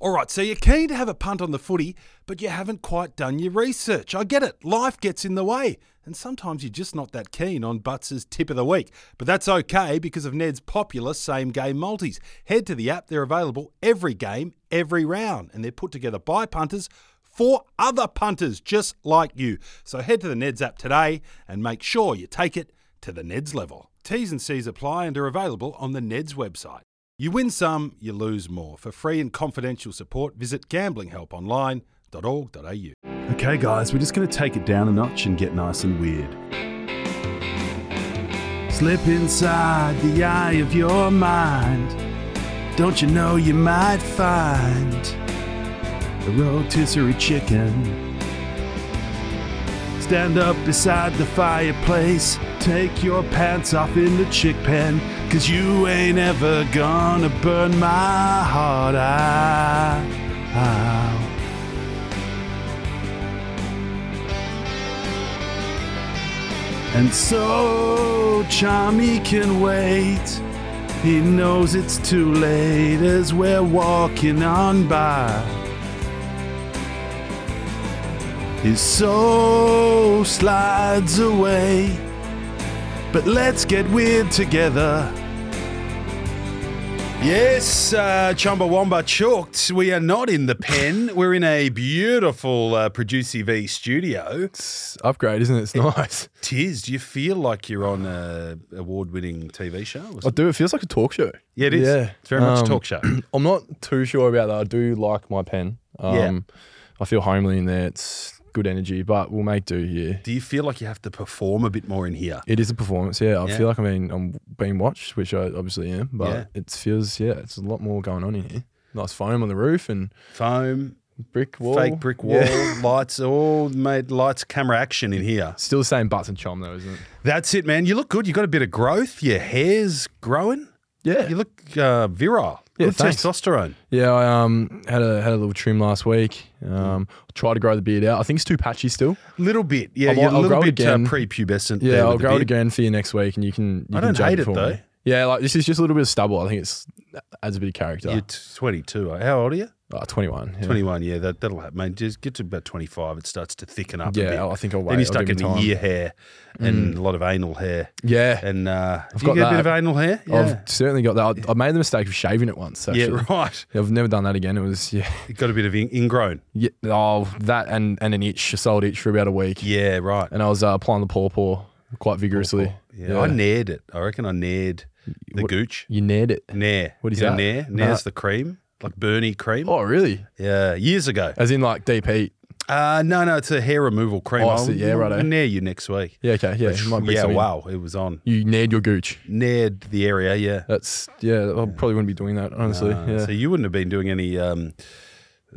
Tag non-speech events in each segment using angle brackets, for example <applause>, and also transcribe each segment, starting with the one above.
All right, so you're keen to have a punt on the footy, but you haven't quite done your research. I get it. Life gets in the way. And sometimes you're just not that keen on Butts' tip of the week. But that's okay because of Ned's popular same game multis. Head to the app, they're available every game, every round, and they're put together by punters for other punters just like you. So head to the Neds app today and make sure you take it to the Neds level. T's and C's apply and are available on the Neds website. You win some, you lose more. For free and confidential support, visit gamblinghelponline.org.au. Okay, guys, we're just going to take it down a notch and get nice and weird. Slip inside the eye of your mind. Don't you know you might find a rotisserie chicken? Stand up beside the fireplace. Take your pants off in the chick pen. Cause you ain't ever gonna burn my heart out. And so Chami can wait. He knows it's too late as we're walking on by. His soul slides away. But let's get weird together. Yes, uh, Chumbawamba Chalked. We are not in the pen. We're in a beautiful uh, Produce V studio. It's upgrade, isn't it? It's nice. Tiz, do you feel like you're on a award-winning TV show? or I something? do. Oh, It feels like a talk show. Yeah, it is. It's very much a Um, talk show. I'm not too sure about that. I do like my pen. Um, I feel homely in there. It's good energy, but we'll make do here. Do you feel like you have to perform a bit more in here? It is a performance, yeah. I Yeah. feel like I'm being, I'm being watched, which I obviously am, but Yeah. it feels, yeah, it's a lot more going on in here. Nice foam on the roof and Foam, brick wall. fake brick wall, Yeah. lights, all made lights, camera action in here. <laughs> Still the same butts and chum, though, isn't it? That's it, man. You look good. You got a bit of growth. Your hair's growing. Yeah. You look uh, virile. Yeah, Good thanks. testosterone. Yeah, I um, had, a, had a little trim last week. Um, Tried to grow the beard out. I think it's too patchy still. Little bit. Yeah, I'll- you're a I'll little grow it bit uh, again. prepubescent. Yeah, there I'll with the grow it beard. again for you next week, and you can. You I can don't judge hate it, for me. though. Yeah, like this is just a little bit of stubble. I think it's adds a bit of character. You're t- 22. How old are you? Ah, 21. Yeah. 21. Yeah, that, that'll happen, man. Just get to about 25. It starts to thicken up a bit. Yeah, I think I'll wait. then you I'll start give getting him time. ear hair and a lot of anal hair. Yeah, And uh, do you got get a bit that. of anal hair? <laughs> I've certainly got that. I, I made the mistake of shaving it once. Actually. yeah, right. I've never done that again. It was yeah, <laughs> It got a bit of in- ingrown. yeah oh that and and an itch, a solid itch for about a week. Yeah, right. And I was uh, applying the pawpaw quite vigorously. Yeah, I nared it. I reckon I nared the gooch. you nared it. Nair. What is you know that? Nair. No. Nair's the cream, like Bernie cream. Oh really? Yeah, years ago. As in like deep heat? Uh, no, no, it's a hair removal cream. Oh, I see. Yeah, righto. Nair you next week. Yeah, okay, yeah. it might be yeah, something. wow, it was on. You nared your gooch. Nared the area, yeah. That's yeah. I probably wouldn't be doing that honestly. Uh, yeah. So you wouldn't have been doing any um,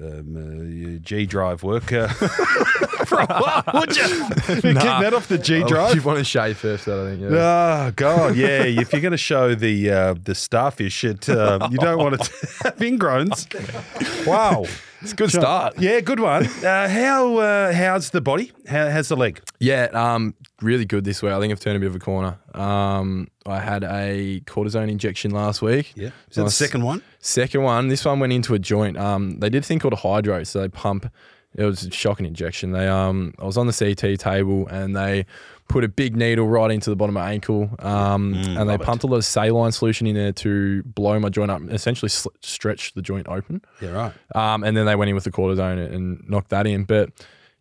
um, uh, G drive work uh, <laughs> for a while, <laughs> would you? Been Kicking that off the G Oh, You drive. want to shave first, though, I think. Yeah. Oh God, yeah. If you're going to show the uh, the starfish, it uh, you don't want it to <laughs> have ingrowns. Wow, It's a good start. yeah, good one. Uh, how uh, how's the body? How, how's the leg? Yeah, um, really good this way. I think I've turned a bit of a corner. Um, I had a cortisone injection last week. is that the Nice. second one? Second one, this one went into a joint. Um, they did a thing called a hydro, so they pump. It was a shocking injection. They um, I was on the CT table and they put a big needle right into the bottom of my ankle. Um, and they pumped a lot of saline solution in there to blow my joint up, essentially sl- stretch the joint open. Yeah, right. Um, and then they went in with the cortisone and- and knocked that in. But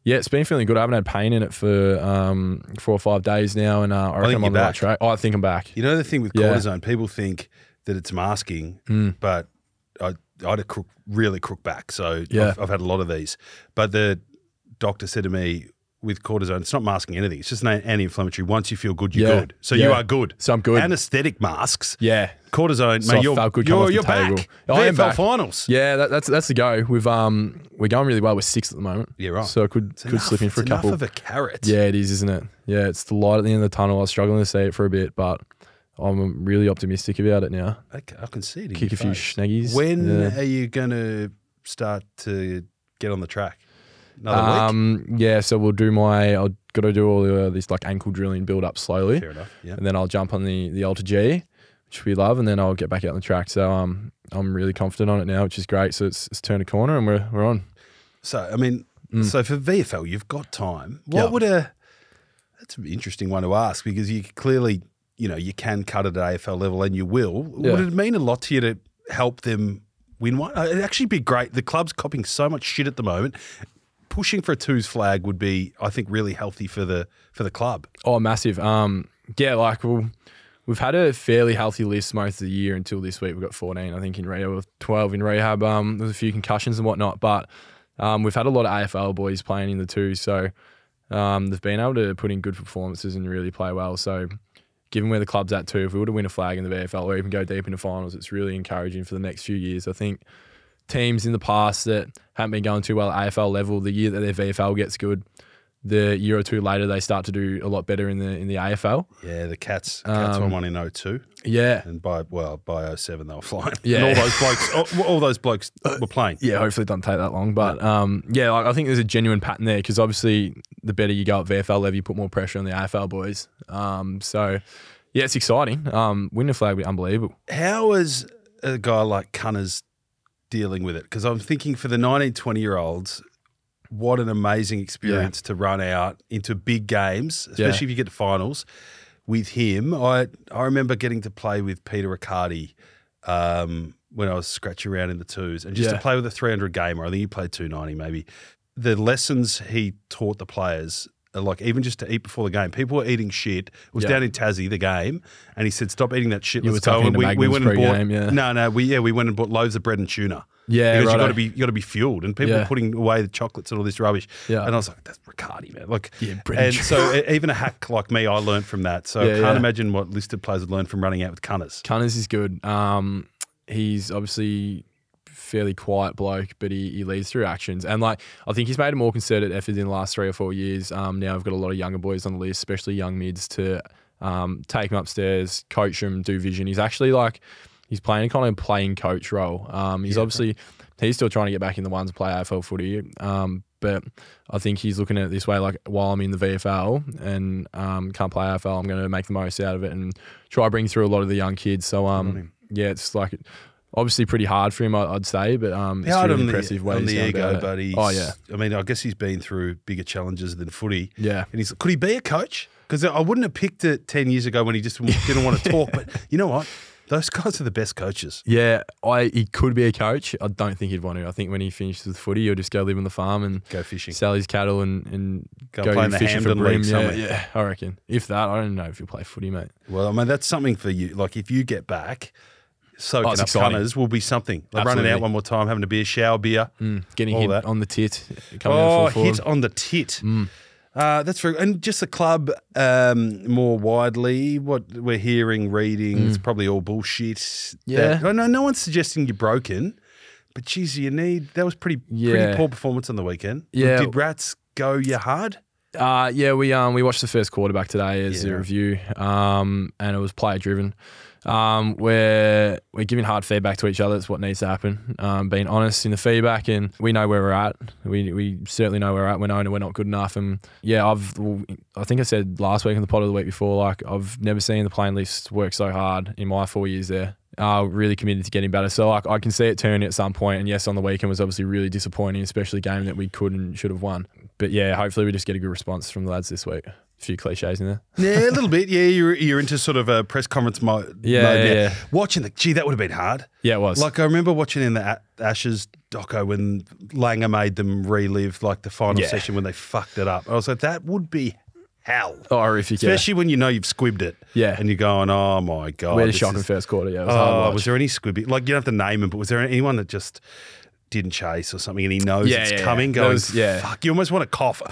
yeah, it's been feeling good. I haven't had pain in it for um, four or five days now, and uh, I reckon think I'm you're on the back. right track. Oh, I think I'm back. You know the thing with Yeah. Hmm. cortisone, people think that it's masking, but I, I had a crook, really crook back, so Yeah. I've, I've had a lot of these. But the doctor said to me, with cortisone, it's not masking anything. It's just an anti-inflammatory. Once you feel good, you're Yeah. good. So you Yeah. are good. So I'm good. Anesthetic masks, Yeah, cortisone. So mate, I you're felt good coming you're, off the you're table. back. I am VFL back. finals. yeah, that, that's that's the go. We've um, we're going really well. We're sixth at the moment. Yeah, right. So I could It's could enough- slip in for it's a couple. Enough of a carrot. yeah, it is, isn't it? Yeah, it's the light at the end of the tunnel. I was struggling to see it for a bit, but I'm really optimistic about it now. Okay, I can see it. in Kick your a few face. schnaggies. When Yeah. are you going to start to get on the track? Another week? Um, yeah, so we'll do my. I've got uh, to do all the, this like ankle drilling build up slowly, Fair enough. Yeah. and then I'll jump on the the Alta G, which which we love, and then I'll get back out on the track. So um, I'm really confident on it now, which is great. So it's, it's turned a corner and we're, we're on. So I mean, so for VFL, you've got time. What Yeah. would a that's an interesting one to ask because you clearly, you know, you can cut it at AFL level and you will. Would Yeah. it mean a lot to you to help them win one? Uh, It'd actually be great. The club's copying so much shit at the moment. Pushing for a twos flag would be, I think, really healthy for the for the club. Oh, massive. Um, yeah, like we'll, we've had a fairly healthy list most of the year until this week. We've got 14, I think, in rehab, or 12 in rehab. Um, there's a few concussions and whatnot, but um, we've had a lot of AFL boys playing in the two. So um, they've been able to put in good performances and really play well. So given where the club's at too, if we were to win a flag in the VFL or even go deep into finals, it's really encouraging for the next few years. I think teams in the past that haven't been going too well at AFL level, the year that their VFL gets good, the year or two later they start to do a lot better in the in the AFL. Yeah, the Cats Cats won one in 02 Yeah. and by well by 07 they were flying. Yeah. and all those blokes, all, all those blokes were playing. Yeah, hopefully it doesn't take that long. But um, yeah, like, I think there's a genuine pattern there because obviously the better you go at VFL level, you put more pressure on the AFL boys. Um, so yeah, it's exciting. Um, winning a flag would be unbelievable. How is a guy like Cunners dealing with it? Because I'm thinking for the 19, 20 year olds, what an amazing experience to run out into big games, especially Yeah. if you get to finals with him. I I remember getting to play with Peter Riccardi um, when I was scratching around in the twos and just to Yeah. play with a 300 gamer. I think he played 290 maybe. The lessons he taught the players, are like even just to eat before the game, people were eating shit. It was Yeah. down in Tassie, the game, and he said, Stop eating that shit. You Let's were go. talking And to we, we Magnus went and bought, pre-game, yeah. no, no, we yeah, we went and bought loaves of bread and tuna. Yeah, because you got righto. to be you got to be fueled, and people were Yeah. putting away the chocolates and all this rubbish. Yeah. and I was like, that's Riccardi, man. Like, Yeah, bread and and so e- even a hack like me, I learned from that. So I Yeah, can't yeah. imagine what listed players would learn from running out with cunners. Cunners is good. Um, he's obviously fairly quiet bloke, but he, he leads through actions. And like I think he's made a more concerted effort in the last three or four years. Um, now I've got a lot of younger boys on the list, especially young mids, to um, take him upstairs, coach him, do vision. He's actually like he's playing a kind of playing coach role. Um, he's obviously he's still trying to get back in the ones to play AFL footy. Um, but I think he's looking at it this way: like while I'm in the VFL and um, can't play AFL, I'm going to make the most out of it and try bring through a lot of the young kids. So um, yeah, it's like obviously pretty hard for him, I- I'd say, but um, it's Hard really on impressive the, way on he's the going ego, about but it. he's. oh yeah, I mean, I guess he's been through bigger challenges than footy. yeah. And he's could he be a coach? Because I wouldn't have picked it ten years ago when he just didn't want to talk. But <laughs> you know what? Those guys are the best coaches. Yeah, I he could be a coach. I don't think he'd want to. I think when he finishes with footy, he'll just go live on the farm and Go fishing. sell his cattle and and Go play in the fishing for Hampden League bream. Yeah, somewhere. yeah, I reckon. If that, I don't know if he'll play footy, mate. Well, I mean, that's something for you. Like, if you get back, soaking Oh, up it's exciting. cunners will be something. Like running out Absolutely. one more time, having a beer, shower, beer. Hmm. Getting All hit that. on the tit, coming Oh, out full hit forward. Mm. on the tit. Uh, that's true. And just the club um, more widely, what we're hearing, reading, it's probably all bullshit. Mm. Yeah. That, I know no one's suggesting you're broken, but geez, you need, that was pretty, pretty Yeah. poor performance on the weekend. Yeah. Did Rats go you hard? Uh, yeah, we um we watched the first quarterback today as a review, um, and it was player driven. Um, we're we're giving hard feedback to each other. It's what needs to happen. Um, being honest in the feedback, and we know where we're at. We we certainly know where we're at. We know we're not good enough. And yeah, I've I think I said last week in the pod of the week before. Like I've never seen the playing list work so hard in my four years there. Uh, really committed to getting better. So like I can see it turning at some point. And yes, on the weekend was obviously really disappointing, especially a game that we could and should have won. But yeah, hopefully we just get a good response from the lads this week. A few cliches in there. Yeah, a little bit. Yeah, you're, you're into sort of a press conference mo- Yeah, mode. yeah, now. yeah. Watching the, gee, that would have been hard. Yeah, it was. Like I remember watching in the A- Ashes doco when Langer made them relive like the final Yeah. session when they fucked it up. I was like, that would be hell, oh, horrific. Yeah. especially when you know you've squibbed it. Yeah. and you're going, oh my god, we had a this shocking is- first quarter. Yeah, it was hard to Oh, watch. was there any squibby? Like you don't have to name him, but was there anyone that just didn't chase or something, and he knows Yeah, it's yeah, yeah. coming? There Going, was- yeah. fuck, you almost want to <laughs> cough.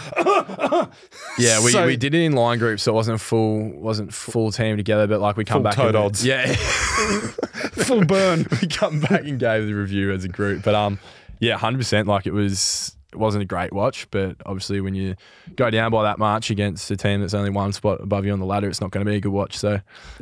Yeah, we, So- we did it in line groups, so it wasn't full wasn't full team together, but like we come Full back toad and- odds. Yeah, <laughs> Full <laughs> burn. we come back and gave the review as a group. But um, yeah, hundred percent. Like it was it wasn't a great watch, but obviously when you go down by that much against a team that's only one spot above you on the ladder, it's not going to be a good watch. So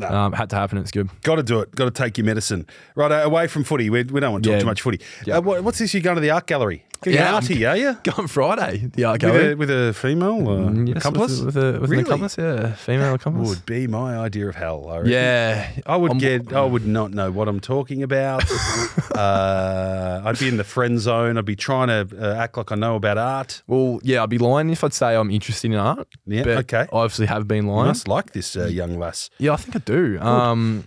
um, had to happen. It's <laughs> good. Got to do it. Got to take your medicine. Right, uh, away from footy. We, we don't want to talk Yeah. too much footy. Uh, what, what's this? You going to the art gallery? Yeah. You're out here, are you? Gone Friday, the With a, arcade. with a female uh, Mm, yes, accomplice? With, a, with, a, with Really? an accomplice, yeah. Female accomplice. Would be my idea of hell. I reckon. Yeah. I would I'm- get. I would not know what I'm talking <laughs> about. uh, I'd be in the friend zone. I'd be trying to uh, act like I know about art. Well, yeah, I'd be lying if I'd say I'm interested in art. Yeah, but okay. I obviously have been I lying. must like this uh, young lass. Yeah, I think I do. Um,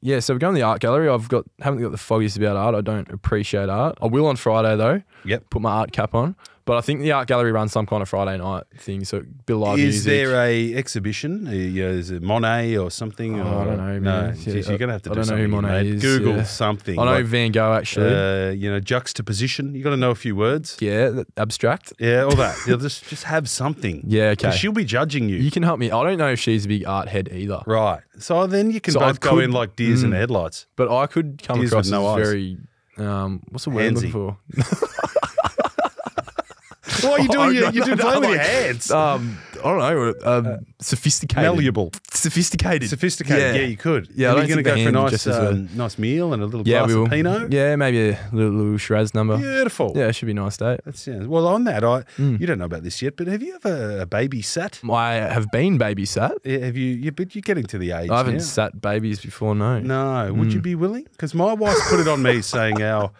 yeah, so we're going to the art gallery. I've got haven't got the foggiest about art. I don't appreciate art. I will on Friday though. Yep. Put my art cap on. But I think the art gallery runs some kind of Friday night thing, so it'd be live Is music. there a exhibition? Uh, yeah, Is it Monet or something? Oh, I or- don't No, know, man. geez, Yeah, you're gonna have to. I do don't know who something, Monet mate. is, Google yeah. something. I know like, Van Gogh actually. uh, you know, juxtaposition. You got to know a few words. yeah, th- abstract. Yeah, all that. You'll just just have something. <laughs> Yeah, okay. 'Cause she'll be judging you. You can help me. I don't know if she's a big art head either, Right. So then you can So I both go could- in Mm. like deers in the <laughs> headlights. but I could come Deers across with no as eyes. very. Um, what's the word I'm Handsy. looking for? Why <laughs> are you doing? Oh, your, no, you're doing no, playing no, with your <laughs> like, hands. Um, I don't know. Um, sophisticated. Uh, Malleable. Sophisticated. Sophisticated. Yeah. you could. Yeah, I And you're going don't to go think for a the hand nice, just as well. um, nice meal and a little Yeah, glass we will. of Pinot. Yeah, maybe a little, little Shiraz number. Yeah. Beautiful. it should be a nice day. That sounds well. On that, I you don't know about this yet, but have you ever a baby sat? I have been babysat. Yeah, Have you? you but you're getting to the age. I haven't now. sat babies before, no. No. Would you be willing? Because my wife put it on me, saying our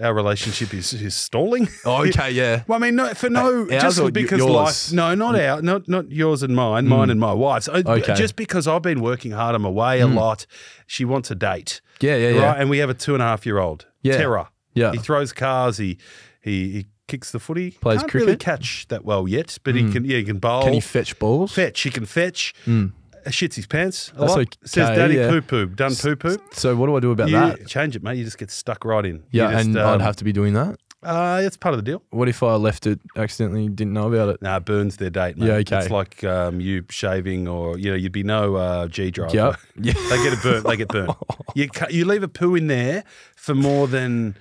our relationship is is stalling. <laughs> Oh, okay, yeah. Well, I mean, no, for no, Uh, ours just or because y- life. yours? Mm. No, not our, not not yours and mine, mine and my wife's. I, Okay. Just because I've been working hard, I'm away a lot. She wants a date, Yeah, yeah, yeah. right? And we have a two and a half year old. Yeah. Terror. Yeah. He throws cars. He he he kicks the footy. Plays Can't really cricket. Mm. catch that well yet, but he can. Yeah, he can bowl. Can you fetch balls? fetch? He can fetch. Uh, Shits his pants. A That's lot. okay, Says daddy yeah. poo poo. Done poo poo. So what do I do about You that? change it, mate. You just get stuck right in. You Yeah, just, and um, I'd have to be doing that. Uh, it's part of the deal. What if I left it accidentally, didn't know about <laughs> it? No, it burns their date, mate. Yeah, okay. It's like um, you shaving or, you know, you'd be no uh, G driver. Yep. Yeah. <laughs> They get a burn. They get <laughs> burnt. You, cut, you leave a poo in there for more than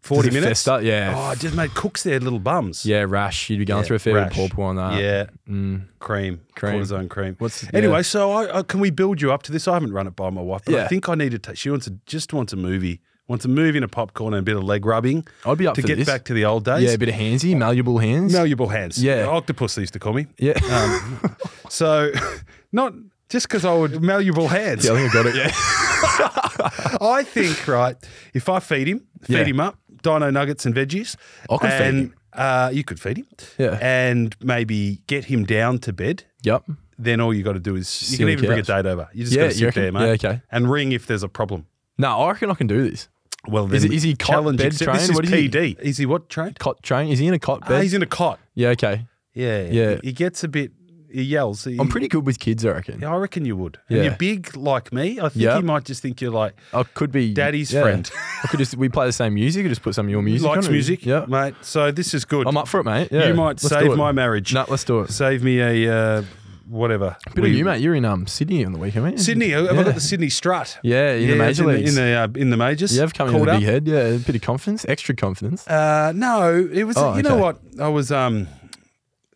40 Does it minutes. fest up? Yeah. Oh, it just mate, cooks their little bums. Yeah, rash. You'd be going through a fair bit rash. of pawpaw on that. Yeah. Mm. Cream. Cream. Cortisone cream. What's- anyway, yeah. so I, I, can we build you up to this? I haven't run it by my wife, but I Yeah. think I need to take, she wants a, just wants a movie. Wants a movie and a popcorn and a bit of leg rubbing I'd be up to for get this. back to the old days. Yeah, a bit of handsy, malleable hands. Malleable hands. Yeah. Octopus they used to call me. <laughs> Yeah. Um, So, <laughs> not just because I would malleable hands. <laughs> yeah, I think I <laughs> got it. Yeah. I think right if I feed him, feed Yeah. him up, dino nuggets and veggies. I could feed and, him. Uh, you could feed him. Yeah. And maybe get him down to bed. yep. Then all you got to do is you on can the even bring a couch. date over. You just Yeah, got to you sit reckon? there, mate. Yeah, okay. And ring if there's a problem. No, I reckon I can do this. Well, then he- is he cot challenge bed accept- This trained? is What is he? PD. Is he what trained? Cot train. Is he in a cot bed? Ah, he's in a cot. yeah, okay. Yeah. Yeah. He, he gets a bit. He yells. He- I'm pretty good with kids, I reckon. I reckon you would. Yeah. And you're big like me. I think Yeah. he might just think you're like I could be Daddy's yeah. friend. I could just we play the same music. I just put some of your music. likes on it. music, Yeah, mate. So this is good. I'm up for it, mate. Yeah. You might Let's do save it. my marriage. No, let's do it. Save me a uh, whatever. Bit of you, mate. You're in um Sydney on the weekend, mate. Sydney. Have I Yeah. got the Sydney Strut? Yeah, in the it's major in leagues. In the, uh, in the majors. Yeah, I've come in Called with a big up. head. Yeah, a bit of confidence, extra confidence. Uh, no, it was. Oh, you know okay. what? I was. Um,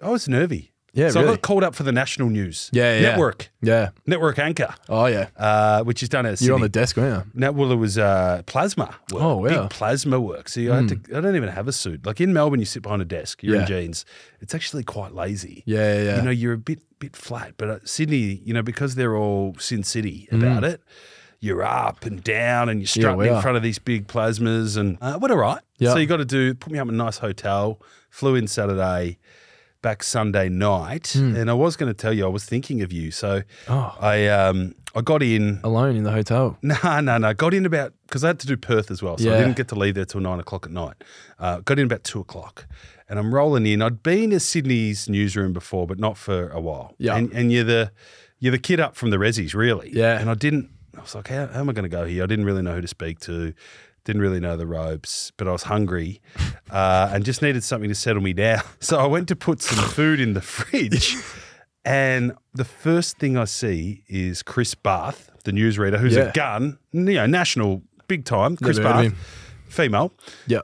I was nervy. Yeah, So I really. got called up for the national news. Yeah, yeah. Network. Yeah. Network anchor, Oh yeah. uh, which is done at You're on Sydney. the desk, aren't you? No, well, it was uh, plasma. Work, Oh, wow. Hmm. Big plasma work. So you had to, I don't even have a suit. Like in Melbourne, you sit behind a desk, you're in Yeah. jeans. It's actually quite lazy. Yeah, yeah. yeah. You know, you're a bit bit flat, but uh, Sydney, you know, because they're all Sin City about it, you're up and down and you're Hmm. Yeah, strutting we in are. front of these big plasmas and uh, what all right. Yeah. So you got to do, put me up in a nice hotel, flew in Saturday, back Sunday night. And I was going to tell you, I was thinking of you. So Hmm. Oh. I, um, I got in. Alone in the hotel. <laughs> No, no, no. Got in about because I had to do Perth as well, so I Yeah. didn't get to leave there till nine o'clock at night. Uh, got in about two o'clock, and I'm rolling in. I'd been to Sydney's newsroom before, but not for a while. Yeah. and, and you're the you're the kid up from the resis, really. Yeah. and I didn't. I was like, how, how am I going to go here? I didn't really know who to speak to. Didn't really know the ropes, but I was hungry uh, and just needed something to settle me down. <laughs> So I went to put some food in the <laughs> fridge. And the first thing I see is Chris Barth, the newsreader, who's a Yeah. gun, you know, national, big time. Chris Never heard of Barth, female. Yeah.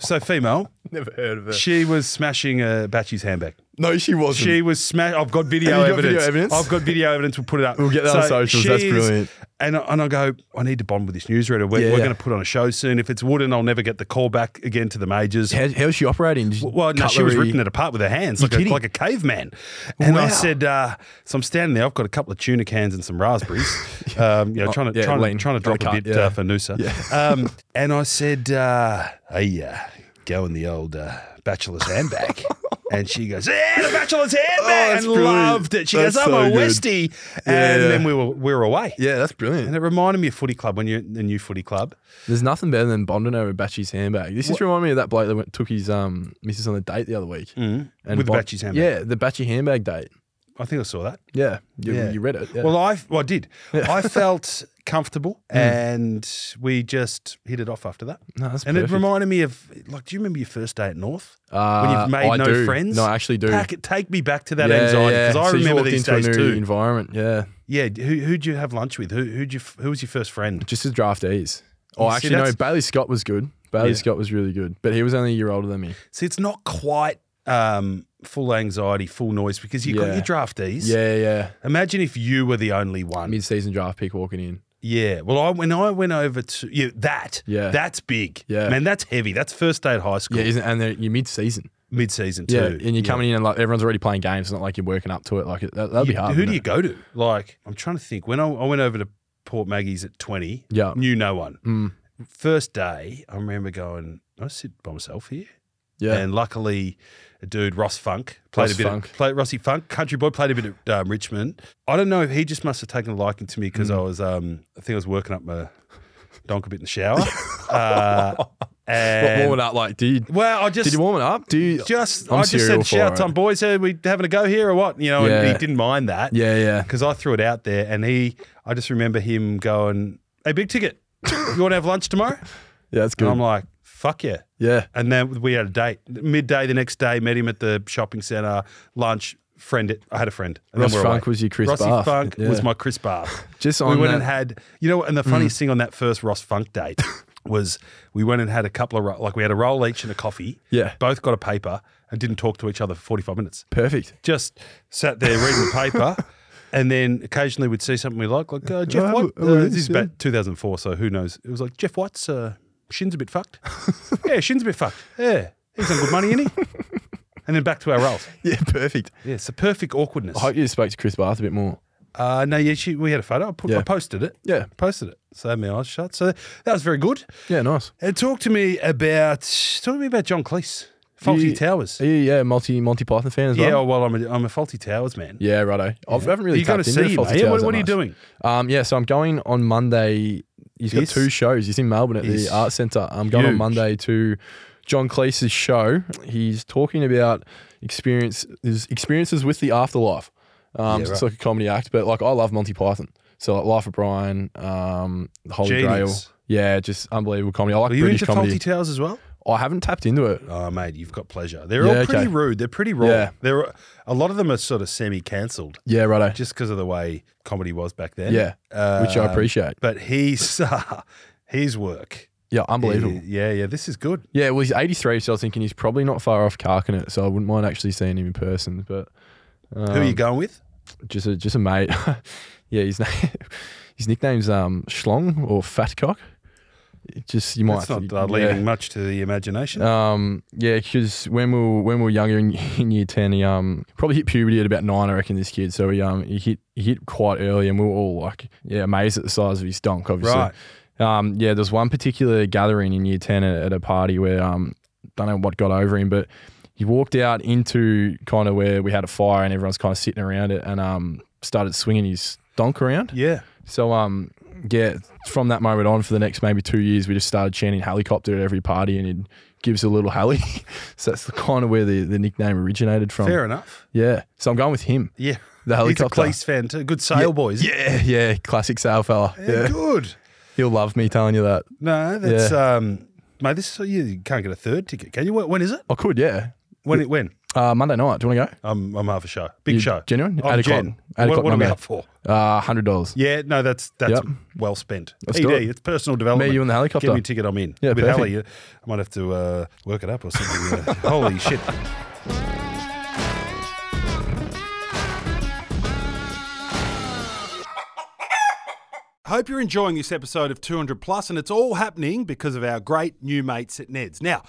So female, Never heard of her. She was smashing a Batchy's handbag. no, she wasn't. She was smash. I've got video Hmm. Have you got evidence. video evidence? I've got video evidence. We'll put it up. We'll get that on socials. That's brilliant. And I, and I go, I need to bond with this newsreader. We're, Yeah, we're yeah. going to put on a show soon. If it's wooden, I'll never get the call back again to the majors. how, how's she operating? Did- Well, no, she was cutlery? ripping it apart with her hands, like a, kidding? like a caveman. And Wow. I said, uh, so I'm standing there. I've got a couple of tuna cans and some raspberries. um, you know, trying to <laughs> yeah, trying, to- lean. trying to Trying drop to a cut, bit yeah. uh, for Noosa. Um, and I said, uh, hey, uh, go in the old uh, bachelor's <laughs> handbag. And she goes, yeah, the bachelor's handbag, Oh, that's and brilliant. loved it. She That's goes, I'm so a good. Westie, Yeah, and yeah. then we were we were away. Yeah, that's And brilliant. it reminded me of footy club when you're in the new footy club. There's nothing better than bonding over Batchy's handbag. This just reminded me of that bloke that went, took his um missus on a date the other week. And Mm. With the bond- Batchy's handbag. Yeah, the Batchy handbag date. I think I saw that. Yeah, you, Yeah. you read it. yeah. Hmm. Well, I well, I did. I <laughs> felt comfortable, and we just hit it off after that. No, that's and perfect. it reminded me of like, do you remember your first day at North Uh, when you've made I no do. friends? No, I actually do. Pack it- take me back to that Yeah, anxiety because yeah. I So you remember walked these into a days new too. Environment, yeah. yeah, who who'd you have lunch with? Who who'd you f- who was your first friend? Just his draftees. Oh, see, actually, no. that's- Bailey Scott was good. Bailey Yeah. Scott was really good, but he was only a year older than me. See, it's not quite um, full anxiety, full noise because you Yeah. got your draftees. Yeah, yeah. Imagine if you were the only one. Mid-season draft pick walking in. Yeah. Well, I when I went over to yeah, that. Yeah. That's big. Yeah. Man, that's heavy. That's first day at high school. Yeah, isn't, and they're- you're mid-season. mid-season too. Yeah, and you're coming in and like everyone's already playing games. It's not like you're working up to it. Like it- that, that'd be You- hard. Who wouldn't do you go it? to? Like, I'm trying to think. When I, I went over to Port Maggie's at 20, Yeah. knew no one. Mm. First day, I remember going. I sit by myself here, Yeah. and luckily, a dude Ross Funk played Ross a bit. Funk. Of, played Rossi Funk, country boy, played a bit at um, Richmond. I don't know. He just must have taken a liking to me because Mm. I was. Um, I think I was working up my donk a bit in the shower. <laughs> uh, What, and warming up, like, do you, well, I just did you warm it up? Do you, just I'm I just serial said for shouts it. on boys, are we having a go here or what? You know, and Yeah. he didn't mind that. yeah, yeah. Because I threw it out there and he I just remember him going, Hey big ticket, you wanna have lunch tomorrow? Yeah, that's And good. I'm like, fuck yeah. yeah. And then we had a date. Midday the next day, met him at the shopping centre, lunch, friend it I had a friend. And Ross then we're Funk away. was your Chris Rossi Barth. Funk was Yeah. my Chris Bath. <laughs> Just we on went that- Mm. and had you know and the funniest thing on that first Ross Funk date <laughs> was we went and had a couple of ro- like we had a roll each and a coffee. Yeah. Both got a paper and didn't talk to each other for 45 minutes. Perfect. Just sat there reading the <laughs> paper. And then occasionally we'd see something we like, like uh, I Jeff have White. a- I have Uh, a- this is Oh, yeah. about 2004, so who knows? It was like Jeff White's uh, shin's a bit <laughs> fucked. yeah, shin's a bit fucked. Yeah, he's on good money, isn't <laughs> he? and then back to our roles. Yeah, perfect. <laughs> Yeah, it's a perfect awkwardness. I hope you spoke to Chris Barth a bit more. Uh, no, yeah, she, we had a photo. I, put, Yeah. I posted it. Yeah. posted it. So I had my eyes shut. So that was very good. Yeah, nice. And talk to me about talk to me about John Cleese, Faulty You- Towers. Are you, yeah, multi multi Python fan as yeah, well? oh, well, I'm a, I'm a Faulty Towers man. Yeah, righto. I've, I haven't really you got to tapped into see him. Fawlty eh? Towers What, that what are you much. doing? Um, yeah, so I'm going on Monday. He's got Yes. two shows. He's in Melbourne at Yes. the Art Centre. I'm going on Huge. Monday to John Cleese's show. He's talking about experience his experiences with the afterlife. Um, Yeah, so right. It's like a comedy act, but like I love Monty Python. So like Life of Brian, um, The Holy Grail. Genius. Yeah, just unbelievable comedy. I like Are you British into comedy. Faulty Towers as well? I haven't tapped into it. Oh, mate, you've got pleasure. They're Yeah, all pretty okay. rude. They're pretty raw. Yeah. They're a lot of them are sort of semi-cancelled Yeah, righto. just because of the way comedy was back then. Yeah, which I Um, appreciate. But he's <laughs> uh, his work. Yeah, unbelievable. Yeah, yeah. This is good. Yeah, well, he's 83, so I was thinking he's probably not far off carking it. So I wouldn't mind actually seeing him in person. But Who Um, are you going with? just a just a mate. <laughs> yeah, his name, <laughs> his nickname's um Schlong or Fat Cock. It just you might That's not uh, yeah. leaving much to the imagination. Um, yeah, because when we were when we were younger in, <laughs> in year ten, he um probably hit puberty at about nine, I reckon. This kid, so he um he hit he hit quite early, and we were all like yeah amazed at the size of his donk, obviously. Right. Um, yeah, there's one particular gathering in year ten at, at a party where um don't know what got over him, but he walked out into kind of where we had a fire and everyone's kind of sitting around it, and um started swinging his donk around. yeah. So um yeah, from that moment on for the next maybe two years we just started chanting helicopter at every party and it gives a little heli. <laughs> so that's the kind of where the, the nickname originated from. Fair enough. Yeah. So I'm going with him. Yeah. um, The helicopter. He's a Cleese fan too. Good sale boys. Yeah, <laughs> yeah, classic sale fella. Yeah. Yeah, <laughs> Good. He'll love me telling you that. No, that's um mate, this is, you can't get a third ticket, can you? When when is it? I could, yeah. When it when? Uh, Monday night. Do you want to go? I'm I'm half a show. Big You show. genuine? I'm Eight o'clock. gen. Eight Oh, what o'clock what am I Monday. up for? Uh, hundred dollars. Yeah, no, that's that's Yep. well spent. Let's PD, do it. it's personal development. you and the helicopter. Give me a ticket, I'm in. Yeah, With perfect. Ellie, I might have to uh, work it up or something. Uh, <laughs> holy shit. Hope you're enjoying this episode of 200 Plus, and it's all happening because of our great new mates at Ned's. Now,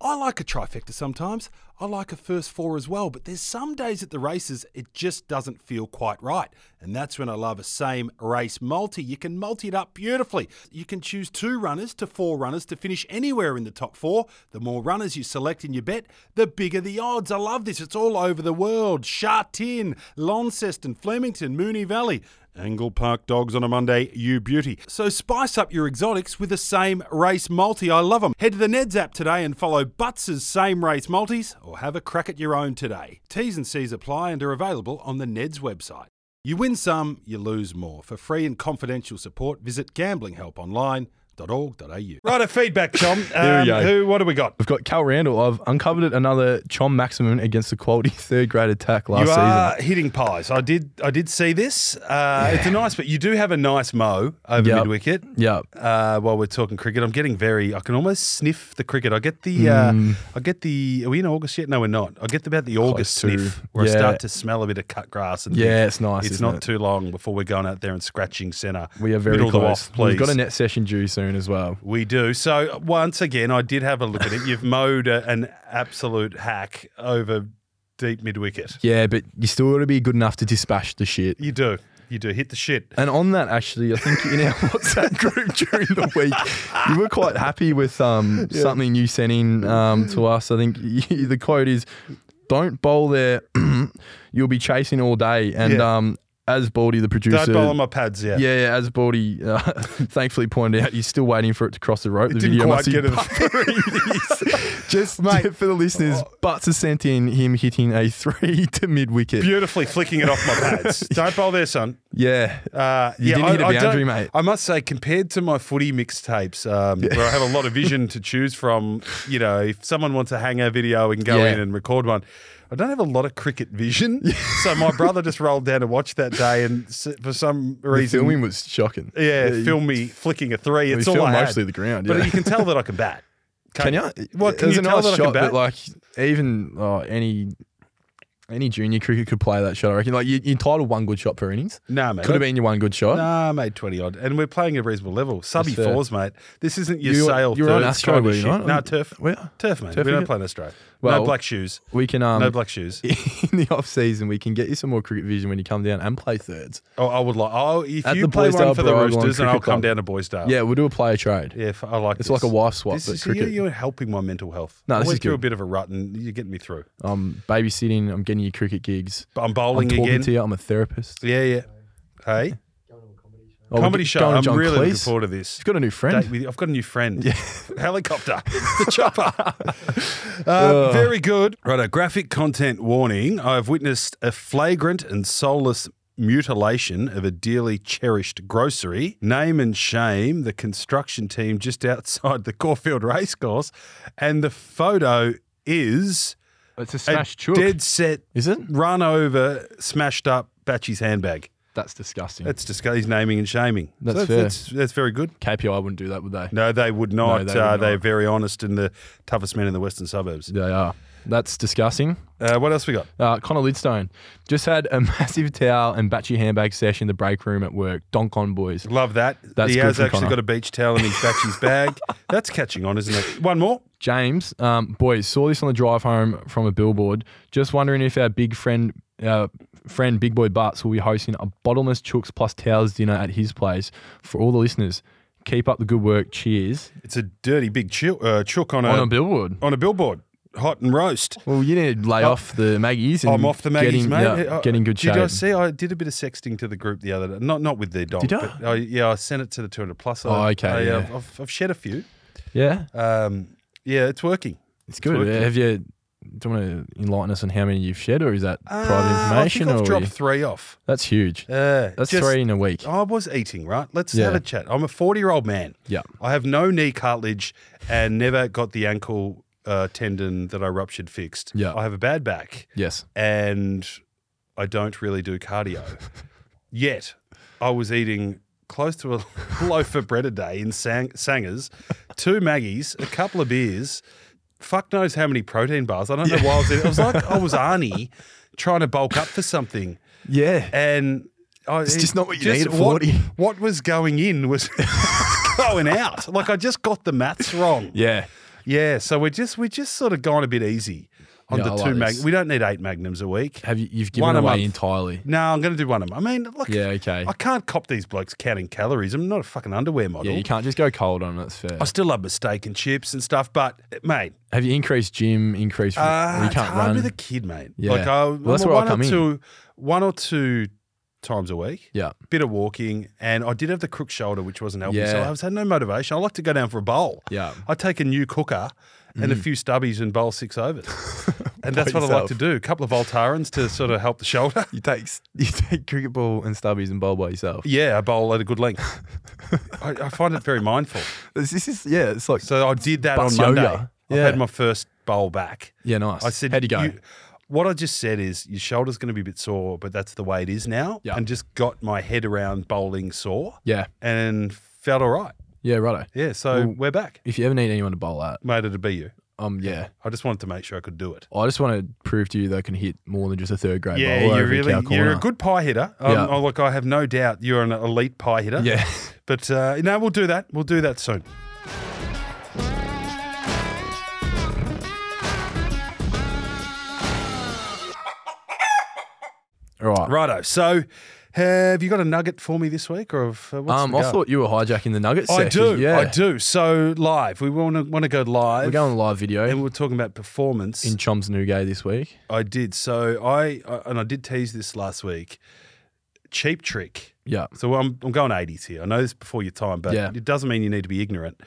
I like a trifecta sometimes. I like a first four as well, but there's some days at the races it just doesn't feel quite right. And that's when I love a same race multi. You can multi it up beautifully. You can choose two runners to four runners to finish anywhere in the top four. The more runners you select in your bet, the bigger the odds. I love this. It's all over the world. Chartin, Launceston, Flemington, Moonee Valley. Angle Park Dogs on a Monday, you beauty. So spice up your exotics with the same race multi. I love them. Head to the Neds app today and follow Butts' same race multis or have a crack at your own today. T's and C's apply and are available on the Neds website. You win some, you lose more. For free and confidential support, visit gamblinghelponline.org.au. Right, a feedback, Tom. <laughs> Here we Um, go. who, what do we got? We've got Cal Randall. I've uncovered another Chom maximum against the quality <laughs> third grade attack last you season. are Uh, hitting pies. I did. I did see this. Uh, It's a nice, but you do have a nice mo over Yep. mid wicket. Yep. Uh, while we're talking cricket, I'm getting very. I can almost sniff the cricket. I get the. Mm. Uh, I get the. Are we in August yet? No, we're not. I get about the August to. sniff where Yeah. I start to smell a bit of cut grass. And Yeah, it's nice, It's isn't not it? too long before we're going out there and scratching centre. We are very middle close. To off, please. We've got a net session due soon as well. We do. So once again, I did have a look at it. You've mowed a, an absolute hack over deep mid wicket. Yeah, but you still got to be good enough to dispatch the shit. You do. You do. Hit the <laughs> shit. And on that, actually, I think in our <laughs> WhatsApp group during the week, you were quite happy <laughs> with um, something you sent in um, to us. I think <laughs> you, the quote is, "Don't bowl there, <clears throat> you'll be chasing all day." And Yeah. um, as Baldy, the producer, Don't bowl on my pads yet. yeah, yeah, as Baldy uh, <laughs> thankfully pointed out, you're still waiting for it to cross the rope. the Didn't video quite must be get it. <laughs> <laughs> Just <laughs> for the listeners, Oh. Butts has sent in him hitting a <laughs> three to mid wicket. Beautifully flicking it off my pads. <laughs> Don't bowl there, son. yeah. Uh, You yeah, didn't hit a I- I don't- boundary, mate. I must say, compared to my footy mixtapes, um, where I have a lot of vision to choose from, you know, if someone wants a hangout video, we can go Yeah. in and record one. I don't have a lot of cricket <laughs> vision, so my brother just rolled down to watch that day, and s- for some The reason, filming was shocking. yeah, you- film me flicking a three. We It's all filmed I had. mostly the ground. But yeah. you can tell that I can <laughs> bat. Can you? What can It was you a tell nice that I shot, can bat? but like even oh, any any junior cricket could play that shot. I reckon. Like you, you're entitled one good shot per innings. nah, mate. Could have been your one good shot. Nah, mate, twenty odd, and we're playing at a reasonable level. Subby fair. fours, mate. This isn't your You were- sale. you were on third Astro, kind of were you shit. not? No turf. We, Turf, mate. Turf we don't cricket? play in Australia. Well- no black shoes. we can um no black shoes. <laughs> in the off season we can get you some more cricket vision when you come down and play thirds. Oh, I would like. Oh, if At you the play one Boysdale for the Broadlawn Roosters, and I'll Cricket come Club. down to Boysdale. Yeah, we'll do a player trade. yeah. f- I like. It's this. like a wife swap, This but is, cricket. You, are helping my mental health. No, I this went is through a good. bit of a rut, and you're getting me through. I'm babysitting. I'm getting you cricket gigs. But I'm I'm bowling talking again. to you. I'm a therapist. Yeah, yeah. Hey, Oh, we're comedy g- show. going to I'm John really looking Cleese. forward to this. He's got a new friend. Date with you. I've got a new <laughs> friend. Helicopter. The chopper. uh, very good. Right, a graphic content warning. I've witnessed a flagrant and soulless mutilation of a dearly cherished grocery. Name and shame the construction team just <laughs> outside the Caulfield racecourse. And the photo is it's a a smash chook. dead set Is it? run over, smashed up Batchy's handbag. That's disgusting. That's disgusting. He's naming and shaming. That's that's, fair. that's, that's very good. KPI wouldn't do that, would they? No, they would not. they uh, would They're not. very honest and the toughest men in the western suburbs. They are. That's disgusting. Uh, what else we got? Uh, Connor Lidstone just had a <laughs> massive towel and batchy handbag session in the break room at work. Donk on, boys. Love that. That's he good has from actually Connor. got a beach towel in his <laughs> Batchy's bag. That's catching on, isn't it? One more. James, um, boys, saw this on the drive home from a billboard. Just wondering if our big friend, uh, friend Big Boy Butts, will be hosting a bottomless chooks plus towels dinner at his place for all the listeners. Keep up the good work. Cheers. It's a dirty big chil- uh, chook on a, on a billboard. on a billboard, hot and roast. Well, you need to lay off the Maggie's. And I'm off the Maggie's, getting, mate. Yeah, Uh, getting good Did shape. I see? I did a bit of sexting to the group the other day. Not not with their dog. Did I? But, oh, yeah, I sent it to the 200 plus. Oh, I- okay, I, yeah. I've- I've, I've shed a few. yeah, Um, yeah, it's working. it's good. working. Have you? Do you want to enlighten us on how many you've shed, or is that Uh, private information? I think or I've dropped you- three off. that's huge. Uh, That's just- three in a week. I was eating, right? Let's Yeah. have a chat. I'm a 40 year old man. Yeah. I have no knee cartilage and never got the ankle uh, tendon that I ruptured fixed. Yeah. I have a bad back Yes. <laughs> and I don't really do cardio. Yet I was eating close to a <laughs> loaf of bread a day in sang- Sangers, two Maggies, a couple of beers, fuck knows how many protein bars. I don't know why I was eating. It was like <laughs> I was Arnie trying to bulk up for something. Yeah. And I, it's just not what you need at 40. <laughs> What, was going in was <laughs> going out. Like I just got the maths wrong. yeah. Yeah, so we're just we're just sort of gone a bit easy on Yeah, the I two like mag. this. We don't need eight magnums a week. Have you? You've One given a away month. entirely. No, I'm going to do one of them. I mean, look, Yeah. Okay. I can't cop these blokes counting calories. I'm not a fucking underwear model. yeah. You can't just go cold on it. That's fair. I still love my steak and chips and stuff, but mate, Have you increased gym? Increased? uh, you it's can't hard run. with a kid, mate. Yeah. Like, I, Well, that's I'm a where I one come or in. two, one or two times a week. yeah. Bit of walking, and I did have the crook shoulder, which wasn't helping. So Yeah. I was had no motivation. I like to go down for a bowl. Yeah. I take a new cooker and a few stubbies and bowl six <laughs> overs. and that's Mm. By what I like to do. A couple of Voltarans to sort of help the <laughs> shoulder. You take <laughs> you take cricket ball and stubbies and bowl by yourself. Yeah, a bowl at a good length. I, I find it very mindful. This is yeah. It's like So I did that Bus on Monday. yoga. I Yeah. had my first bowl back. yeah. Nice. I said, How'd you go? what I just said is your shoulder's going to be a bit sore, but that's the way it is now. Yeah. And just got my head around bowling sore yeah. and felt all right. Yeah. Righto. Yeah, so Well- we're back. If you ever need anyone to bowl at, Made it to be you. um, yeah. I just wanted to make sure I could do it. I just want to prove to you that I can hit more than just a third grade Yeah, bowler. you're over a really cow you're a corner. good pie hitter. Um, Yeah. oh, look, I have no doubt you're an elite pie hitter. <laughs> Yeah. but uh, no, we'll do that. We'll do that soon. All right. Righto. So, have you got a nugget for me this week, or have, uh, what's Um, the I go? thought you were hijacking the nuggets. I do. section. Yeah. I do. So live, we want to want to go live. We're going live and video we were talking about performance. in Chom's Nougat this week. I did. So I, I and I did tease this last week. Cheap trick. Yeah. So I'm, I'm going 80s here. I know this is before your time, but Yeah. it doesn't mean you need to be ignorant.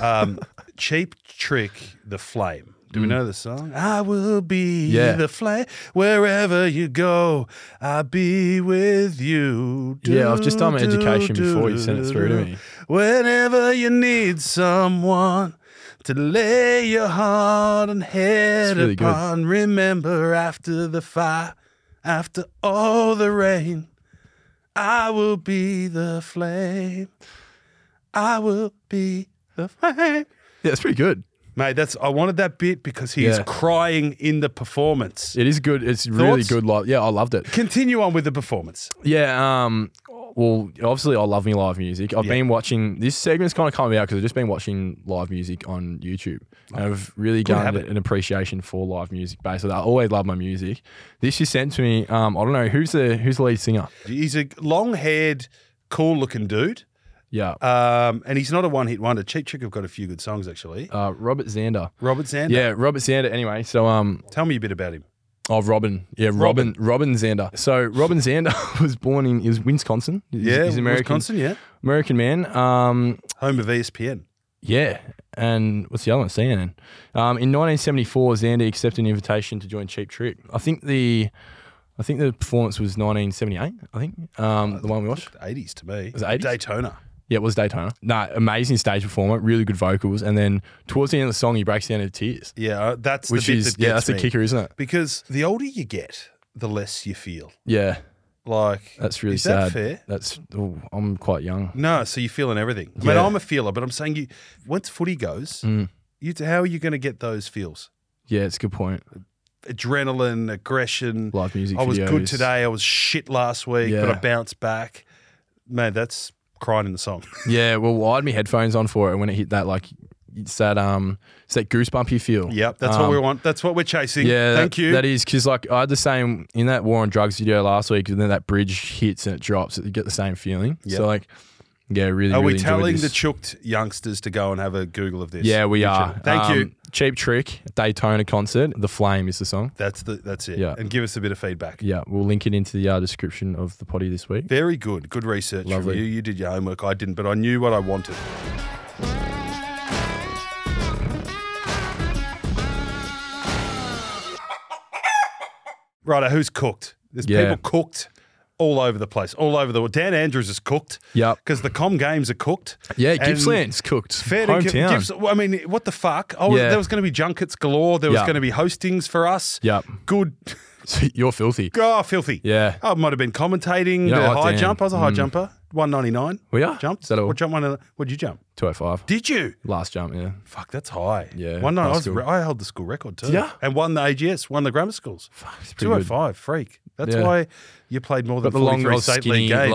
Um, <laughs> cheap Trick, The Flame. Do we know the song? I will be Mm. Yeah. the flame wherever you go. I'll be with you. Yeah, I've just done my Do, education do, before you do, sent it do, through do. to me. Whenever you need someone to lay your heart and head really good. upon, remember after the fire, after all the rain, I will be the flame. I will be the flame. Yeah, it's pretty good. Mate, that's I wanted that bit because he's Yeah. crying in the performance. It is good. It's really Thoughts? good. Live. Yeah, I loved it. Continue on with the performance. Yeah. Um. Well, obviously, I love me live music. I've been watching this segment's kind of coming out because I've just been watching live music on YouTube. And I've really gained habit. an appreciation for live music. Basically, I always love my music. This you sent to me. Um. I don't know who's the who's the lead singer. He's a long-haired, cool-looking dude. Yeah. Um, and he's not a one-hit wonder. Cheap Trick have got a few good songs actually. Uh, Robert Zander. Robert Zander. Yeah, Robert Zander. Anyway, so um, Tell me a bit about him. Oh, Robin. Yeah, Robin. Robin Zander. So Robin Zander <laughs> was born in is Wisconsin. He's, he's an American. Wisconsin, yeah. American man. Um, Home of E ESPN. yeah. And what's the other one? CNN. Um, in 1974, Zander accepted an invitation to join Cheap Trick. I think the, I think the performance was 1978. I think um, the one we watched. 80s to me. it 80s? Daytona. Yeah, it was Daytona. No, amazing stage performer. Really good vocals. And then towards the end of the song, he breaks down into tears, Yeah, uh, that's which the bit is that yeah, gets that's a me. kicker, isn't it? Because the older you get, the less you feel. Yeah, Like that's really is sad. that fair? That's oh, I'm quite young. No, so you're feeling everything. I mean, Yeah. I'm a feeler, but I'm saying you once footy goes, Mm. you how are you going to get those feels? Yeah, it's a good point. Adrenaline, aggression. live music. I was good videos. today. I was shit last week, but Yeah. I bounced back. Man, that's crying in the song. Yeah, well, I had my headphones on for it, and when it hit that, like, it's that um, it's that goosebump you feel. yep, that's what Um, we want. That's what we're chasing. Yeah, thank that- you. That is because, like, I had the same in that War on Drugs video last week, and then that bridge hits and it drops. You get the same feeling. Yep. So, like, yeah, really. Are really we enjoyed telling this. the chooked youngsters to go and have a Google of this? Yeah, we Good are. shout. Thank Um, you. Cheap Trick Daytona concert. The Flame is the song. That's the that's it. Yeah. And give us a bit of feedback. Yeah, we'll link it into the uh, description of the potty this week. Very good. Good research Lovely. from you. You did your homework. I didn't, but I knew what I wanted. Righto, who's cooked? There's Yeah. people cooked all over the place, all over the world. Dan Andrews is cooked. Yep. Because the Com games are cooked. Yeah, And Gippsland's cooked. Fair to Gi- Hometown. Gibbs- I mean, what the fuck? Oh, Yeah. There was going to be junkets galore. There was Yeah. going to be hostings for us. Yep. Good, <laughs> So you're filthy. Oh, filthy. Yeah. oh, I might have been commentating You know the what, high Dan? jump. I was a high jumper. 199. Were ya? Jumped. Is that all? What jump? One, what'd you jump? 205. Did you? Last jump, yeah. Fuck, that's high. Yeah, One night, I, high was, school. I held the school record too. ya? And won the AGS, won the grammar schools. Fuck, it's pretty good. 205, freak. That's Yeah. why you played more than Got the long 43 roll, state skinny league games.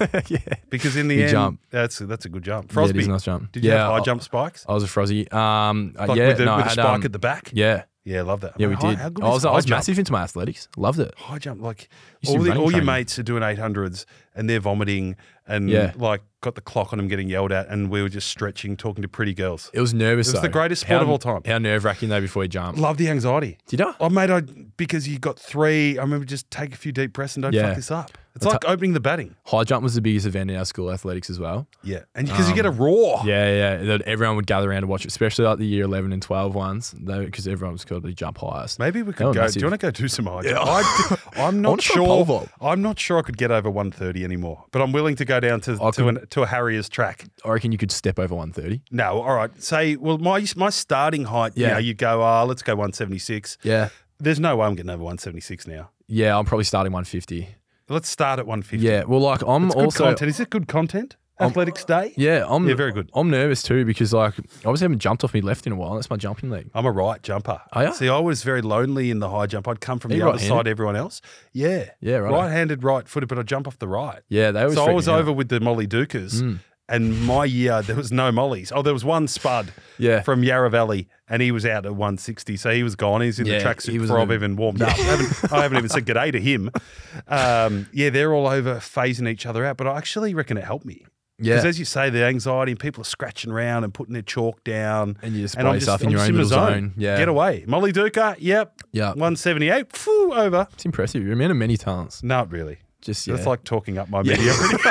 long. <laughs> yeah. Because in the <laughs> You end, jump. that's that's a good jump. Yeah, it Frosby, is a nice jump. did you yeah, have high I- jump spikes? I was a frozzy. Um, uh, Like yeah, with the, no, I with the had, spike um, at the back? Yeah, Yeah, I love that. yeah, we Mate, high- did. Oh, How good I was, high I was jump? massive into my athletics. Loved it. High jump, like Used all, to do the, running all your training. mates are doing 800s and they're vomiting and Yeah. like got the clock on them getting yelled at and we were just stretching, talking to pretty girls. It was nervous. It was the greatest sport of all time. How nerve wracking though before you jump. Love the anxiety. Did I? Oh, mate, I, because you got three, I remember just take a few deep breaths and don't Yeah. fuck this up. It's like opening the batting. High jump was the biggest event in our school athletics as well. Yeah. And because you get a roar. Um, Yeah, yeah. That everyone would gather around to watch it, especially like the year 11 and 12 ones, because everyone was called to jump highest. Maybe we were could go. Do massive. you want to go do some high jump? I, <laughs> I'm not wanna try pole sure. vault. I'm not sure I could get over 130 anymore, but I'm willing to go down to to, could- an, to a Harrier's track. I reckon you could step over 130. No, Oh, all right. Say, well, my my starting height. Yeah, Yeah. you, know, you go. Ah, let's go Oh, 176. Yeah. There's no way I'm getting over 176 now. Yeah, I'm probably starting 150. Let's start at 150. Yeah. Well, like, I'm Good also. content. Is it good content? Athletics Day. Yeah, I'm Yeah, very good. I'm nervous too because like I was haven't jumped off me left in a while. And that's my jumping leg. I'm a right jumper. Are ya? Oh, See, I was very lonely in the high jump. I'd come from Are the you other right-handed? side, everyone else. Yeah. Yeah, right. Right-handed, right footed, but I jump off the right. Yeah, they always. So I freak was me out. over with the Molly Dukers, Mm. and my year there was no Mollies. Oh, there was one Spud Yeah. from Yarra Valley, and he was out at 160, so he was gone. He's in Yeah, the tracksuit he was before in I've the- even <laughs> warmed up. I haven't, I haven't even said good day to him. <laughs> Um, yeah, they're all over phasing each other out, but I actually reckon it helped me. Yeah. Because as you say, the anxiety and people are scratching around and putting their chalk down. And you just I'm play stuff in I'm your own my little zone. Yeah. Uh. Get away. Molly Duker, yep. Yeah. 178, phew, over. It's impressive. You're a man of many talents. Not really. Just yeah. That's <laughs> like talking up my mediocrity.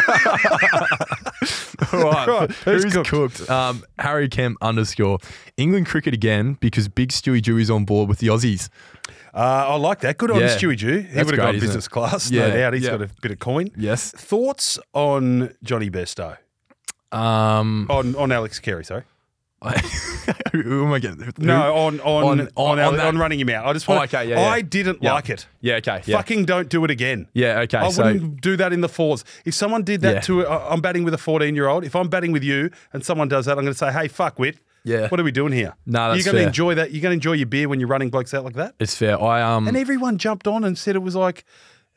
All right. Right, who's Who's, cooked? Um, Harry Kemp underscore England cricket again because Big Stewie Dewey's on board with the Aussies. <laughs> Uh, I like that. Good on Yeah. Stewie Jew. He That's would have great, gone isn't it? business class, no Yeah, doubt. He's yeah. got a bit of coin. Yes. Thoughts on Johnny Besto? Um, <laughs> On on Alex Carey, sorry. who am I getting? who- No, oh, on on on On- on, on Ale- that- on running him out. I just Oh, want. okay, yeah, yeah. I didn't Yeah. like it. Yeah. Okay. Yeah. Fucking don't do it again. Yeah. Okay. I so wouldn't do that in the fours. If someone did that Yeah. to, I- I'm batting with a 14 year old. If I'm batting with you and someone does that, I'm going to say, hey, fuck with. Yeah. What are we doing here? Nah, you're that's going to fair. enjoy that. You're going to enjoy your beer when you're running blokes out like that. it's fair. I um. And everyone jumped on and said it was like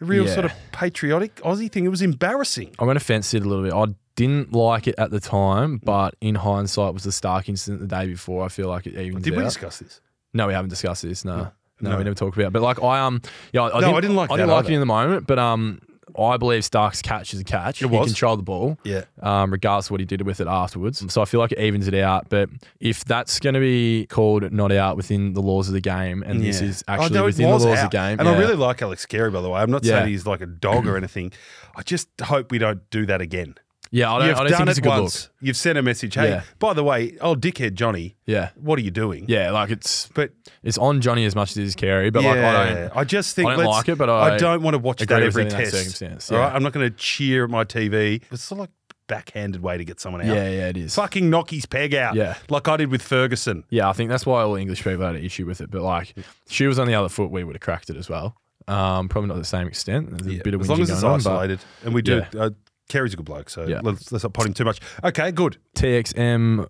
a real Yeah. sort of patriotic Aussie thing. It was embarrassing. I'm going to fence it a little bit. I didn't like it at the time, but in hindsight, was the Stark incident the day before. I feel like it even. Did we discuss this? No, we haven't discussed this. No, no, No. we never talked about. it. But like I um, yeah, I, No, I didn't, I didn't like I didn't that like either. it in the moment, but um, I believe Stark's catch is a catch. It he was. controlled the ball. Yeah. Um, regardless of what he did with it afterwards, so I feel like it evens it out. But if that's going to be called not out within the laws of the game, and this Yeah. is Oh, actually no, it within the was laws out. of the game, And I yeah. really like Alex Carey, by the way. I'm not Yeah. saying he's like a dog or anything. I just hope we don't do that again. yeah, I don't, You've I don't done think it's it a good once. look. You've sent a message. Hey, Yeah. by the way, old dickhead Johnny, Yeah, what are you doing? yeah, like it's But it's on Johnny as much as it is Carey, but like I yeah, don't. I, just think I don't let's- like it, but I don't want to watch agree that with every it in that test. circumstance, All yeah. right, I'm not going to cheer at my TV. It's sort of like backhanded way to get someone out. Yeah, yeah, it is. Fucking knock his peg out. Yeah. Like I did with Ferguson. Yeah, I think that's why all English people had an issue with it. But like, if she was on the other foot, we would have cracked it as well. Um, probably not to the same extent. There's a bit of as long whinging as it's going on, but- isolated, and we do. Uh, Kerry's a good bloke, so Yeah. let's, let's not pot him too much. Okay, good. TXM,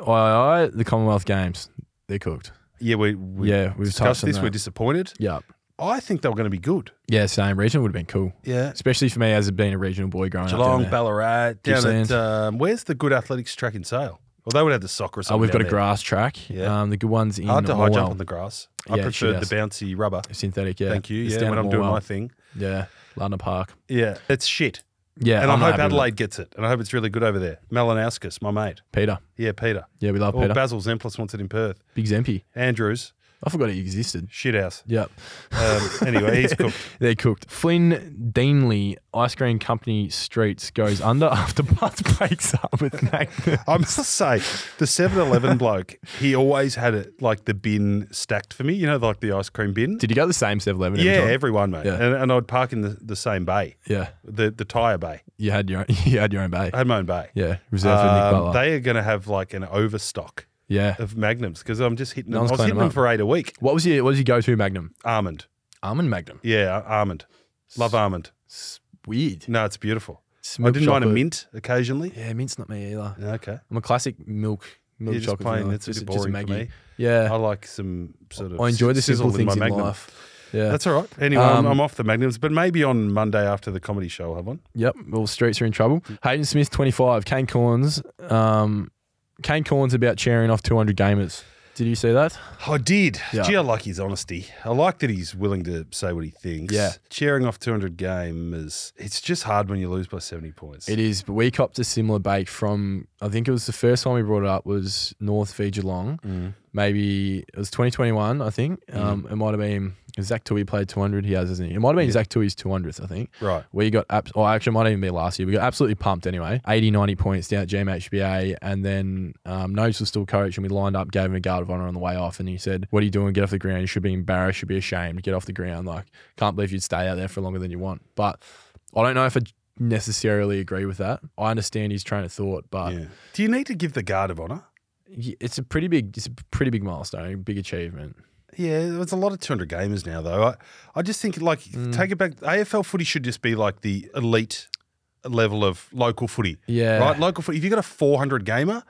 II, the Commonwealth Games, they're cooked. Yeah, we, we yeah, we've discussed touched on this. that. We're disappointed. yeah, I think they were going to be good. yeah, same region would have been cool, Yeah, especially for me as being a regional boy growing Geelong, up. down there. Ballarat, down at Gippsland. um, where's the good athletics track in Sale? Well, they would have the soccer. Or Oh, something we've got down a there. grass track. Yeah. Um, the good ones in Hard to high jump Morwell. on the grass. Yeah, I it should preferred the has. bouncy rubber. synthetic. Yeah, Thank you. It's Yeah, down when at I'm doing Morwell. my thing. Yeah, London Park. Yeah, it's shit. Yeah, and I'm I hope happy with it. Adelaide gets it, and I hope it's really good over there. Malinowskis, my mate. Peter. Yeah, Peter. Yeah, we love Or Peter. Basil Zemplis wants it in Perth. Big Zempy. Andrews, I forgot he existed. shit house. Yeah. Um, anyway, <laughs> he's cooked. They're cooked. Flynn Deanley, Ice Cream Company Streets goes under <laughs> after Buzz breaks <laughs> up with Magnus. I must say, the 7 Eleven bloke, he always had it like the bin stacked for me, you know, like the ice cream bin. Did you go to the same 7 Eleven? yeah, Time? everyone, mate. Yeah. And, and I'd park in the, the same bay, Yeah. the, the tyre bay. You had your own, <laughs> you had your own bay. I had my own bay. Yeah. Reserved for Nick Um, Butler. they are going to have like an overstock yeah. of magnums because I'm just hitting No them. one's I was cleaning hitting them them up. for eight a week. What was your what was your go to Magnum? Almond. almond magnum. Yeah, almond. Love almond. It's weird. No, it's beautiful. It's I milk didn't mind a chocolate. mint occasionally. Yeah, mint's not me either. Okay. I'm a classic milk milk You're just chocolate. plain, vanilla. that's a bit boring for Maggie. me. I Yeah, like some sort of. I enjoy the si- sizzle simple in my things in Magnum. life. Yeah, That's all right. Anyway, I'm, Um, I'm off the magnums, but maybe on Monday after the comedy show, I'll have one. Yep. Well, streets are in trouble. Hayden Smith, 25. Kane Corns. Um, Kane Corns about cheering off 200 gamers. Did you see that? I did. Yeah. Gee, I like his honesty. I like that he's willing to say what he thinks. Yeah. Cheering off 200 game is, it's just hard when you lose by 70 points. It is. But we copped a similar bake from, I think it was the first time we brought it up was North v Geelong. Mm. Maybe it was 2021, I think. Um, It might have been Zach Tui played 200. He has, isn't he? It might have been Zach Tui's 200th, I think. Right. We got, abs- or actually, it might even be last year. We got absolutely pumped anyway. 80, 90 points down at GMHBA. And then um, Nodes was still coach, and we lined up, gave him a guard of honor on the way off. And he said, What are you doing? Get off the ground. You should be embarrassed. You should be ashamed. Get off the ground. Like, can't believe you'd stay out there for longer than you want. But I don't know if I necessarily agree with that. I understand his train of thought, but Yeah. Do you need to give the guard of honor? y- it's a pretty big, it's a pretty big milestone, a big achievement. Yeah, there's a lot of 200 gamers now, though. I, I just think, like, Hmm. take it back. AFL footy should just be like the elite level of local footy. Yeah. Right? Local footy. If you've got a 400 gamer,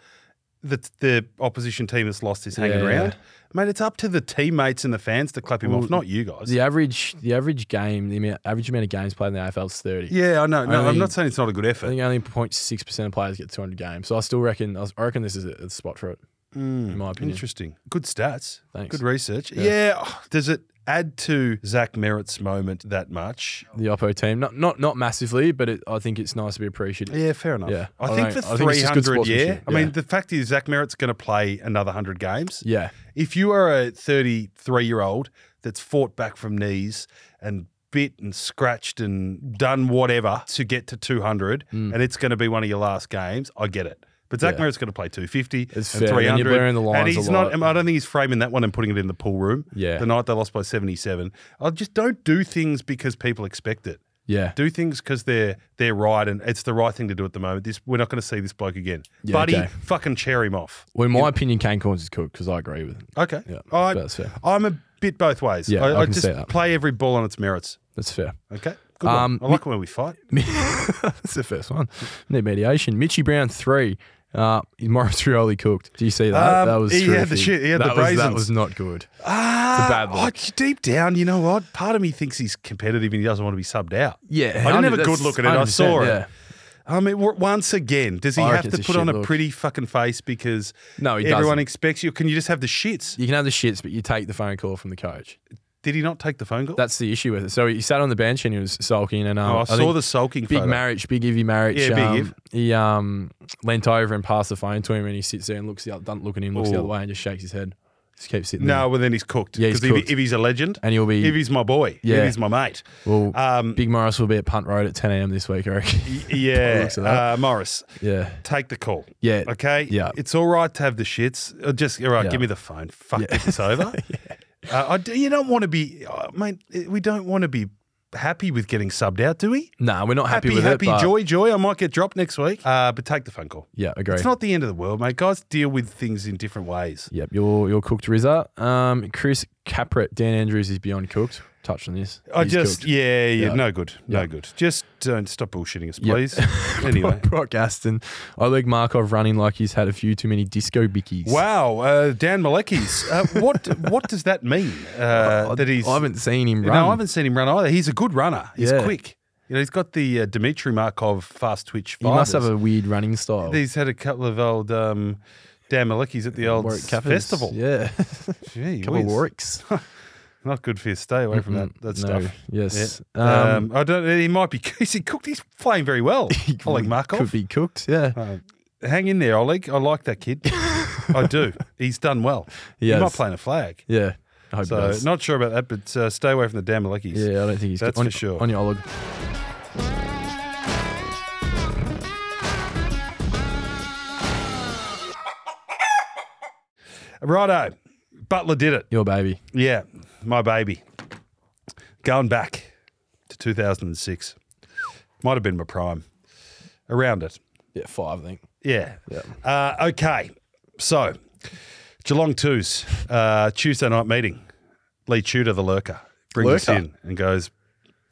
the, the opposition team that's lost is hanging Yeah. around. Mate, it's up to the teammates and the fans to clap him off, not you guys. The average, the average game, the amount, average amount of games played in the AFL is 30. Yeah, I know. No, I'm Only- not saying it's not a good I effort. think only 0.6 percent of players get 200 games, so I still reckon I s- I reckon this is a, a spot for it. Mm, in my opinion. Interesting. Good stats. Thanks. Good research. Yeah. oh, Does it add to Zach Merritt's moment that much? The Oppo team, not not not massively, but it, I think it's nice to be appreciated. Yeah, fair enough. Yeah. I, I think don't- for I think it's just good 300, yeah. sportsmanship, I mean, yeah. the fact is, Zach Merritt's going to play another 100 games. Yeah, If you are a 33 year old that's fought back from knees and bit and scratched and done whatever to get to 200, and it's going to be one of your last games, I get it. But Zach Mm. Yeah. Merritt's going to play 250 It's and fair, and 300. you're blurring the and lines a he's lot. not, I don't think he's framing that one and putting it in the pool room. Yeah. The night they lost by 77. I just don't do things because people expect it. yeah, Do things because they're they're right and it's the right thing to do at the moment. This we're not going to see this bloke again, Yeah, buddy. okay. Fucking chair him off. Well, in my opinion, Kane Corns is cooked because I agree with it. Okay, Yeah, I, that's fair. I'm a bit both ways. Yeah, I can just see that. play every ball on its merits. <laughs> That's fair. Okay, good Um, one. I like when we fight. That's the first one. Need mediation. Mitchy Brown three. Uh, Morris Rioli cooked. Do you see that? Um, that was he had the terrific. shit- he had the that was, braisens. that was not good. Ah, bad oh, look. deep down, you know what? Part of me thinks he's competitive and he doesn't want to be subbed out. Yeah, I didn't have a 100 good look at it. I 100%, saw it. yeah. I mean, w- once again, does he I have reckon to it's a put on shit a look. pretty fucking face because No, he everyone doesn't. expects you? Can you just have the shits? You can have the shits, but you take the phone call from the coach. Did he not take the phone call? That's the issue with it. So he sat on the bench and he was sulking. And um, oh, I, saw think the sulking big photo. marriage, big Ivy marriage. Yeah, big um, Iv. He um, leant over and passed the phone to him, and he sits there and looks the other, doesn't look at him, looks Ooh. the other way, and just shakes his head. Just keeps sitting. there. No, well then he's cooked. Yeah, he's Because if, cooked. if he's a legend, and he'll be if he's my boy, Yeah. if he's my mate. well. Um, Big Morris will be at Punt Road at 10 a.m. this week, I reckon. y- yeah, looks at that. uh, Morris, <laughs> yeah, take the call. yeah. Okay. Yeah. It's all right to have the shits. Uh, Just all right. Yeah. Give me the phone. Fuck. Get this <laughs> over. uh, I do- you don't want to be, uh, mate. We don't want to be happy with getting subbed out, do we? Nah, we're not happy, happy, with happy, it. but- joy, joy. I might get dropped next week. Uh, but take the phone call. Yeah, agree. It's not the end of the world, mate. Guys deal with things in different ways. Yep, you're you're cooked, Rizza. Um, Chris Capret, Dan Andrews is beyond cooked. Touched on this. I He's just, cooked. yeah, yeah, Yeah. no good, no Yeah. good. Just don't stop bullshitting us, Yeah. please. <laughs> anyway. Brock Aston, Oleg Markov running like he's had a few too many disco bickies. Wow, uh, Dan Malekis. Uh, <laughs> what what does that mean? Uh, I, that he's I haven't seen him run. no, I haven't seen him run either. He's a good runner. He's Yeah. quick. You know, he's got the uh, Dimitri Markov fast twitch. He must have fibers. a weird running style. He's had a couple of old um, Dan Malekis at the old Warwick s- Kappas, festival. <laughs> Yeah. Gee Couple of whiz. Warwicks. Not good for you. Stay away from <laughs> that that Mm, No, stuff. Yes. Um, Um, I don't. He might be. <laughs> He cooked. He's playing very <laughs> well. Oleg Markov. Could be cooked. Yeah. Uh, hang in there, Oleg. I like that <laughs> kid. I do. He's done well. He He's not has. playing a flag. Yeah. I hope he So does. not sure about that, but uh, stay away from the damn Malekis. yeah, I don't think he's That's on, for sure. on your Oleg. Righto. Butler did it. Your baby. Yeah, my baby. Going back to 2006. Might have been my prime. Around it. Yeah, five, I think. Yeah. Uh, okay. So, Geelong 2's uh, Tuesday night meeting. Lee Tudor, the lurker. brings us Lurker. in and goes,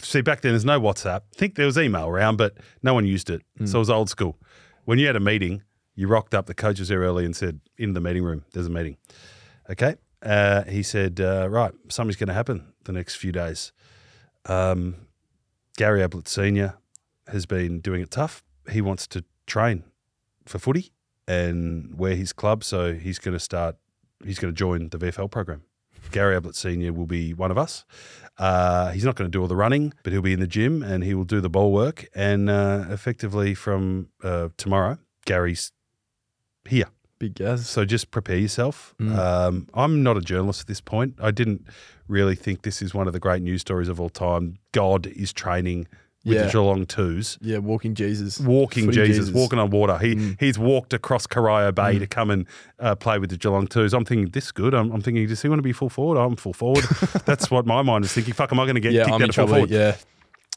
See, back then there's no WhatsApp. I think there was email around, but no one used it. So it was old school. When you had a meeting, you rocked up, the coach was there early and said, In the meeting room, there's a meeting. Okay. Uh, he said, uh, Right, something's going to happen the next few days. Um, Gary Ablett Sr. has been doing it tough. He wants to train for footy and wear his club. So he's going to start, he's going to join the VFL program. Gary Ablett Sr. will be one of us. Uh, he's not going to do all the running, but he'll be in the gym and he will do the ball work. And uh, effectively from uh, tomorrow, Gary's here. Big guess. So just prepare yourself. Mm. Um, I'm not a journalist at this point. I didn't really think this is one of the great news stories of all time. God is training with Yeah. the Geelong twos. Yeah, walking Jesus. Mm. Walking Footy Jesus, walking on water. He he's walked across Corio Bay to come and uh, play with the Geelong twos. I'm thinking this is good. I'm, I'm thinking, does he want to be full forward? I'm full <laughs> forward. That's what my mind is thinking. Fuck, am I going to get Yeah, kicked out I'm in of full trouble. forward? Yeah.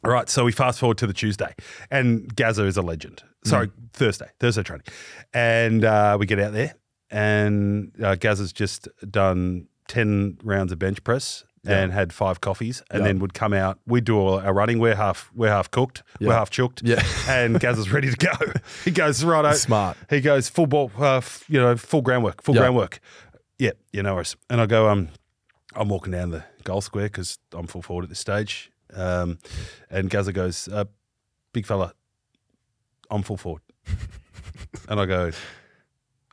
All right, so we fast forward to the Tuesday, and Gaza is a legend. Sorry, Mm. Thursday, Thursday training, and uh, we get out there, and uh, Gaza's just done ten rounds of bench press and had five coffees, and Yeah. then would come out. We'd do all our running. We're half, we're half cooked, we're Yeah. half chooked, Yeah. and Gaza's ready to go. <laughs> He goes <laughs> right out, <laughs> Smart. He goes full ball, uh, f- you know, full groundwork, full Yeah. groundwork. Yeah, you know us. And I go, um, I'm walking down the goal square because I'm full forward at this stage. Um, and Gaza goes, uh, big fella, I'm full <laughs> forward. and I go,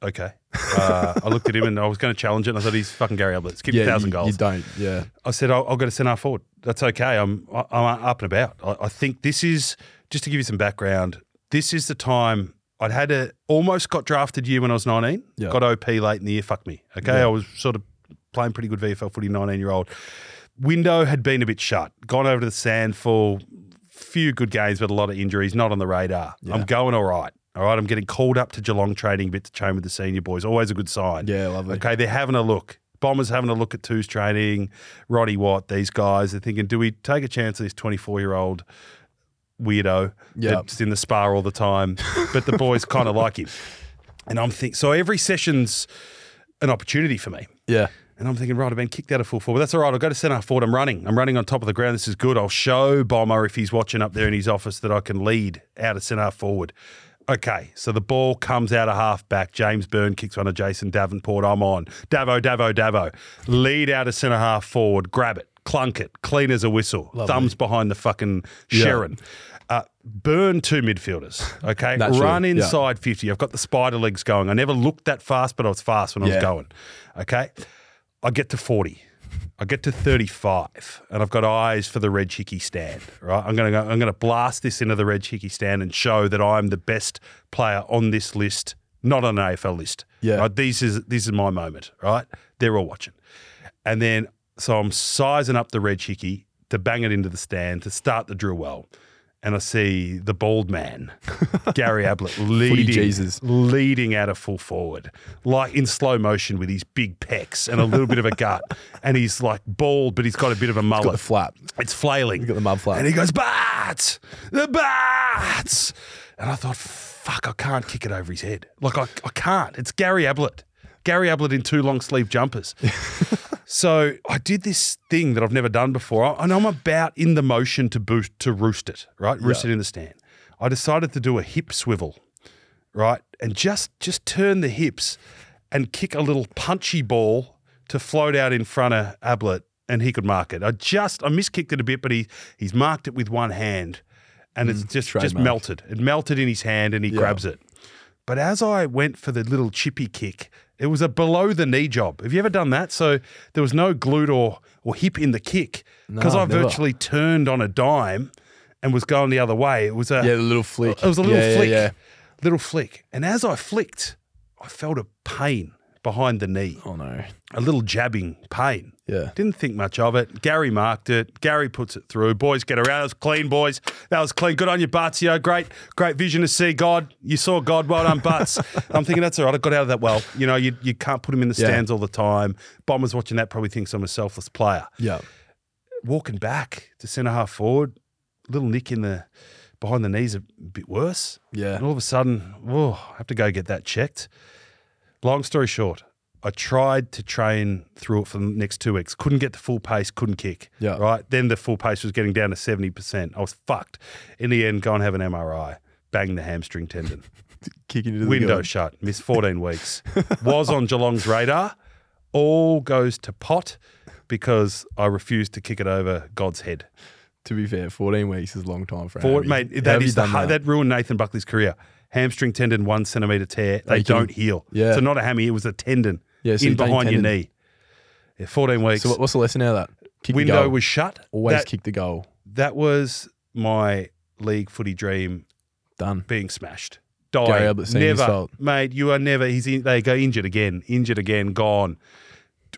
okay. Uh, I looked at him and I was going to challenge it. And I thought, he's fucking Gary Ablett. Give me Yeah, a thousand you, goals. you don't. Yeah. I said, I'll, I'll go to centre forward. That's okay. I'm I- I'm up and about. I, I think this is just to give you some background. This is the time I'd had a almost got drafted year when I was 19. Yeah. Got OP late in the year. Fuck me. Okay, I was sort of playing pretty good VFL footy. 19 year old window had been a bit shut. Gone over to the sand for few good games, but a lot of injuries. Not on the radar. I'm going all right. All right, I'm getting called up to Geelong training a bit to train with the senior boys. Always a good sign. Yeah, lovely. Okay, they're having a look. Bombers having a look at twos training, Roddy Watt, these guys. They're thinking, do we take a chance at this 24 year old weirdo Yeah. that's in the spa all the time? But the boys kind of like him. And I'm thinking, so every session's an opportunity for me. Yeah. And I'm thinking, right, I've been kicked out of full forward. That's all right. I'll go to centre forward. I'm running. I'm running on top of the ground. This is good. I'll show Bomber if he's watching up there in his office that I can lead out of centre forward. Okay, so the ball comes out of half back. James Byrne kicks one to Jason Davenport. I'm on. Davo, Davo, Davo. Lead out of centre half forward. Grab it. Clunk it. Clean as a whistle. Thumbs behind the fucking Sharon. Uh, burn two midfielders. <laughs> Okay. Naturally, Run yeah. inside 50. I've got the spider legs going. I never looked that fast, but I was fast when I was Yeah. going. Okay. I get to 40. I get to 35 and I've got eyes for the red chicky stand, right? I'm going to go, I'm going to blast this into the red chicky stand and show that I'm the best player on this list, not on an AFL list. Yeah. Right? This is this is my moment, right? They're all watching. And then so I'm sizing up the red chicky to bang it into the stand to start the drill well. And I see the bald <laughs> man, Gary Ablett, leading Jesus. leading out of full forward, like in slow motion with his big pecs and a little bit of a <laughs> gut. And he's like bald, but he's got a bit of a mullet. Got the flap. It's flailing. You've got the mud flap. And he goes, Bats! The Bats! And I thought, fuck, I can't kick it over his head. Like, I, I can't. It's Gary Ablett. Gary Ablett in two long sleeve <laughs> jumpers. so I did this thing that I've never done before. I- And I'm about in the motion to boot, to roost it, right? Roost it in the stand. I decided to do a hip swivel, right? And just just turn the hips and kick a little punchy ball to float out in front of Ablett and he could mark it. I just I miskicked it a bit, but he he's marked it with one hand and it's just just Mm, trademark. melted. It melted in his hand and he grabs it. But as I went for the little chippy kick, it was a below the knee job. Have you ever done that? So there was no glute or or hip in the kick because No, I never. virtually turned on a dime and was going the other way. It was a Yeah, the little flick. it was a little yeah, flick. Yeah, yeah. Little flick. And as I flicked, I felt a pain behind the knee, Oh no. a little jabbing pain. Yeah. Didn't think much of it. Gary marked it. Gary puts it through. Boys get around. That was clean, boys. That was clean. Good on you, Batsio. Great, great vision to see God. You saw God. Well done, <laughs> Butts. I'm thinking that's all right. I got out of that well. You know, you, you can't put him in the Yeah. stands all the time. Bomber's watching that probably thinks I'm a selfless player Yeah. walking back to centre half forward, little nick in the behind the knees a bit worse. Yeah. And all of a sudden, whoa, I have to go get that checked. Long story short, I tried to train through it for the next two weeks. Couldn't get the full pace, couldn't kick. Yeah. Right. Then the full pace was getting down to 70%. I was fucked. In the end, go and have an MRI. Bang the hamstring tendon. Kicking into the Window goal. shut. Missed 14 weeks. Was on Geelong's radar. All goes to pot because I refused to kick it over God's head. To be fair, 14 weeks is a long time for a Forward, hammy. mate, How that have you is the done hi- that ruined Nathan Buckley's career. Hamstring tendon, one centimeter tear. They, They can- don't heal. yeah. So not a hammy. It was a tendon Yeah, so in you've done behind your tendon. knee. Yeah, Fourteen weeks. So what- what's the lesson out of that? Kick the window goal. was shut. always that, kick the goal. that was my league footy dream Done. being smashed. Died. Gary Ablett senior never, assault. mate. You are never. He's in, they go injured again, injured again, gone.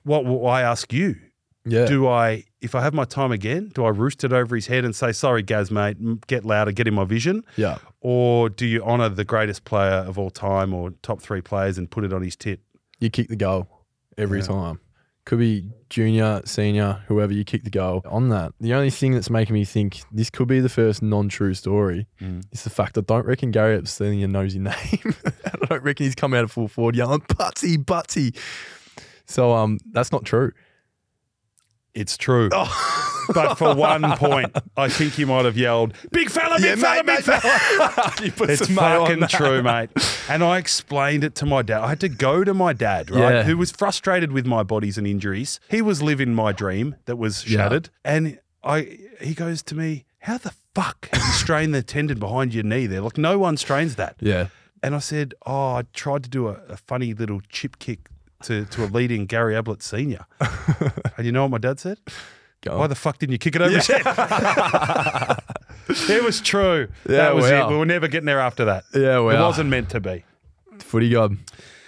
What will I ask you? Yeah. do I, if I have my time again, do I roost it over his head and say, sorry, Gaz, mate, m- get louder, get in my vision? yeah. Or do you honour the greatest player of all time or top three players and put it on his tit? You kick the goal every Yeah. time. Could be junior, senior, whoever you kick the goal. On that, the only thing that's making me think this could be the first non true story Mm. is the fact I don't reckon Gary Epstein knows your <laughs> name. I don't reckon he's come out of full forward yelling, Butsy, Butsy. So um, that's <laughs> not true. It's true. <laughs> <laughs> But for one point, I think he might have yelled, big fella, big fella, big fella. <laughs> <laughs> you put It's some mayo on fucking that. true, <laughs> mate. And I explained it to my dad. I had to go to my dad, right? Yeah. Who was frustrated with my bodies and injuries. He was living my dream that was Yeah. shattered. And I he goes to me, How the fuck have you strained the tendon behind your knee there? Like no one strains that. Yeah. And I said, Oh, I tried to do a, a funny little chip kick to, to a leading Gary Ablett <laughs> senior. and you know what my dad said? Go Why on. the fuck didn't you kick it over his head? <laughs> it was true. that was wow. it. We were never getting there after that. Yeah, It well, wasn't meant to be. footy god.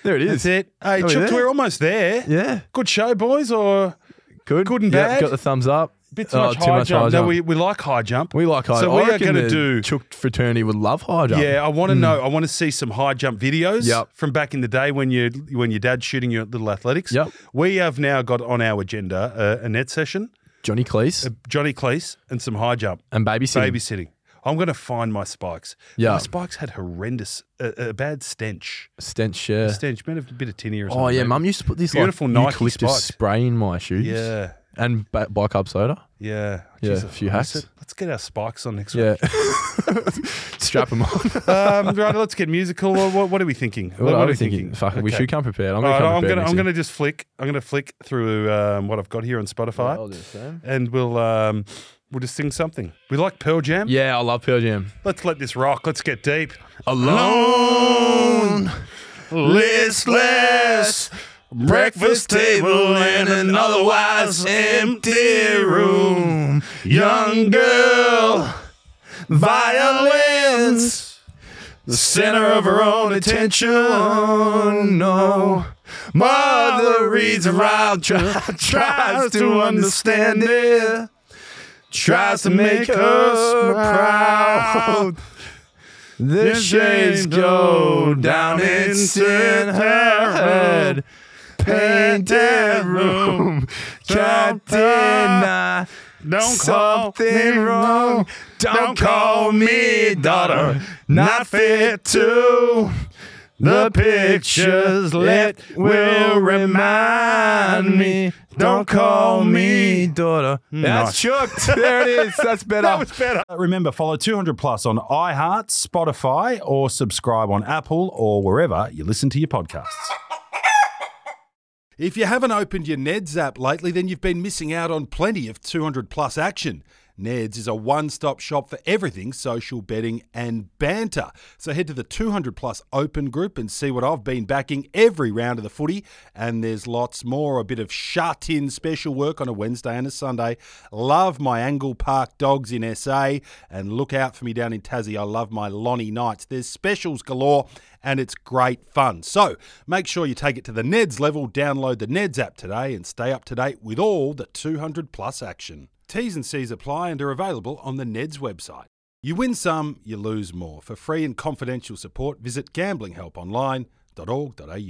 There it is. That's it. Hey, Are we Chooks, there? we're almost there. Yeah, Good show, boys, or good. Good and Yep, bad. Got the thumbs up. bit too Oh, much high jump. high No, we, we like high jump. We like high. So I we are reckon gonna the do- Chook fraternity would love high jump. yeah, I want to know. I want to see some high jump videos Um, hmm. Yep. from back in the day when you when your dad's shooting you at little athletics. Yep. We have now got on our agenda uh, a net session, Johnny Uh, Cleese Johnny Cleese, and some high jump and babysitting. babysitting. I'm going to find my spikes. Hmm. Yeah. my spikes had horrendous, uh, a bad stench. Stench share. Stench, might have a bit of tinny or something. Oh yeah, maybe. Mum used to put this Beautiful like Nike eucalyptus spikes. spray in my shoes. Yeah, and ba- bicarb soda. yeah, Yeah, Jeez, a few I miss hacks. it. Let's get our spikes on next week. <laughs> Yeah, strap them on. what, um, right, let's get musical. What, what, what are we thinking? What, are we we thinking? Fuck, we Okay. should come prepared. I'm All gonna right, come I'm prepared. gonna I'm gonna just flick. I'm gonna flick through um, what I've got here on Spotify, and we'll um, we'll just sing something. We like Pearl Jam. Yeah, I love Pearl Jam. Let's let this rock. Let's get deep. Alone, listless, breakfast table in an otherwise empty room. Young girl, violence, the center of her own attention. No. Mother reads aloud, try, <laughs> tries to understand it, tries to make her proud. The shades go down its in her head. Painted room, can't deny Don't something wrong. Don't call me daughter, not fit to. The pictures left will remind me. Don't call me Hmm, daughter. That's chucked. there it is. <laughs> That's better. That was better. Remember, follow 200 Plus on iHeart, Spotify, or subscribe on Apple or wherever you listen to your podcasts. If you haven't opened your Neds app lately, then you've been missing out on plenty of 200 plus action. Neds is a one stop shop for everything social betting and banter. So head to the 200 plus open group and see what I've been backing every round of the footy. And there's lots more a bit of shut in special work on a Wednesday and a Sunday. Love my Angle Park dogs in SA and look out for me down in Tassie. I love my Lonnie Knights. There's specials galore and it's great fun. So make sure you take it to the Neds level, download the Neds app today, and stay up to date with all the 200 plus action. T's and C's apply and are available on the Neds website. You win some, you lose more. For free and confidential support, visit gamblinghelponline.org.au.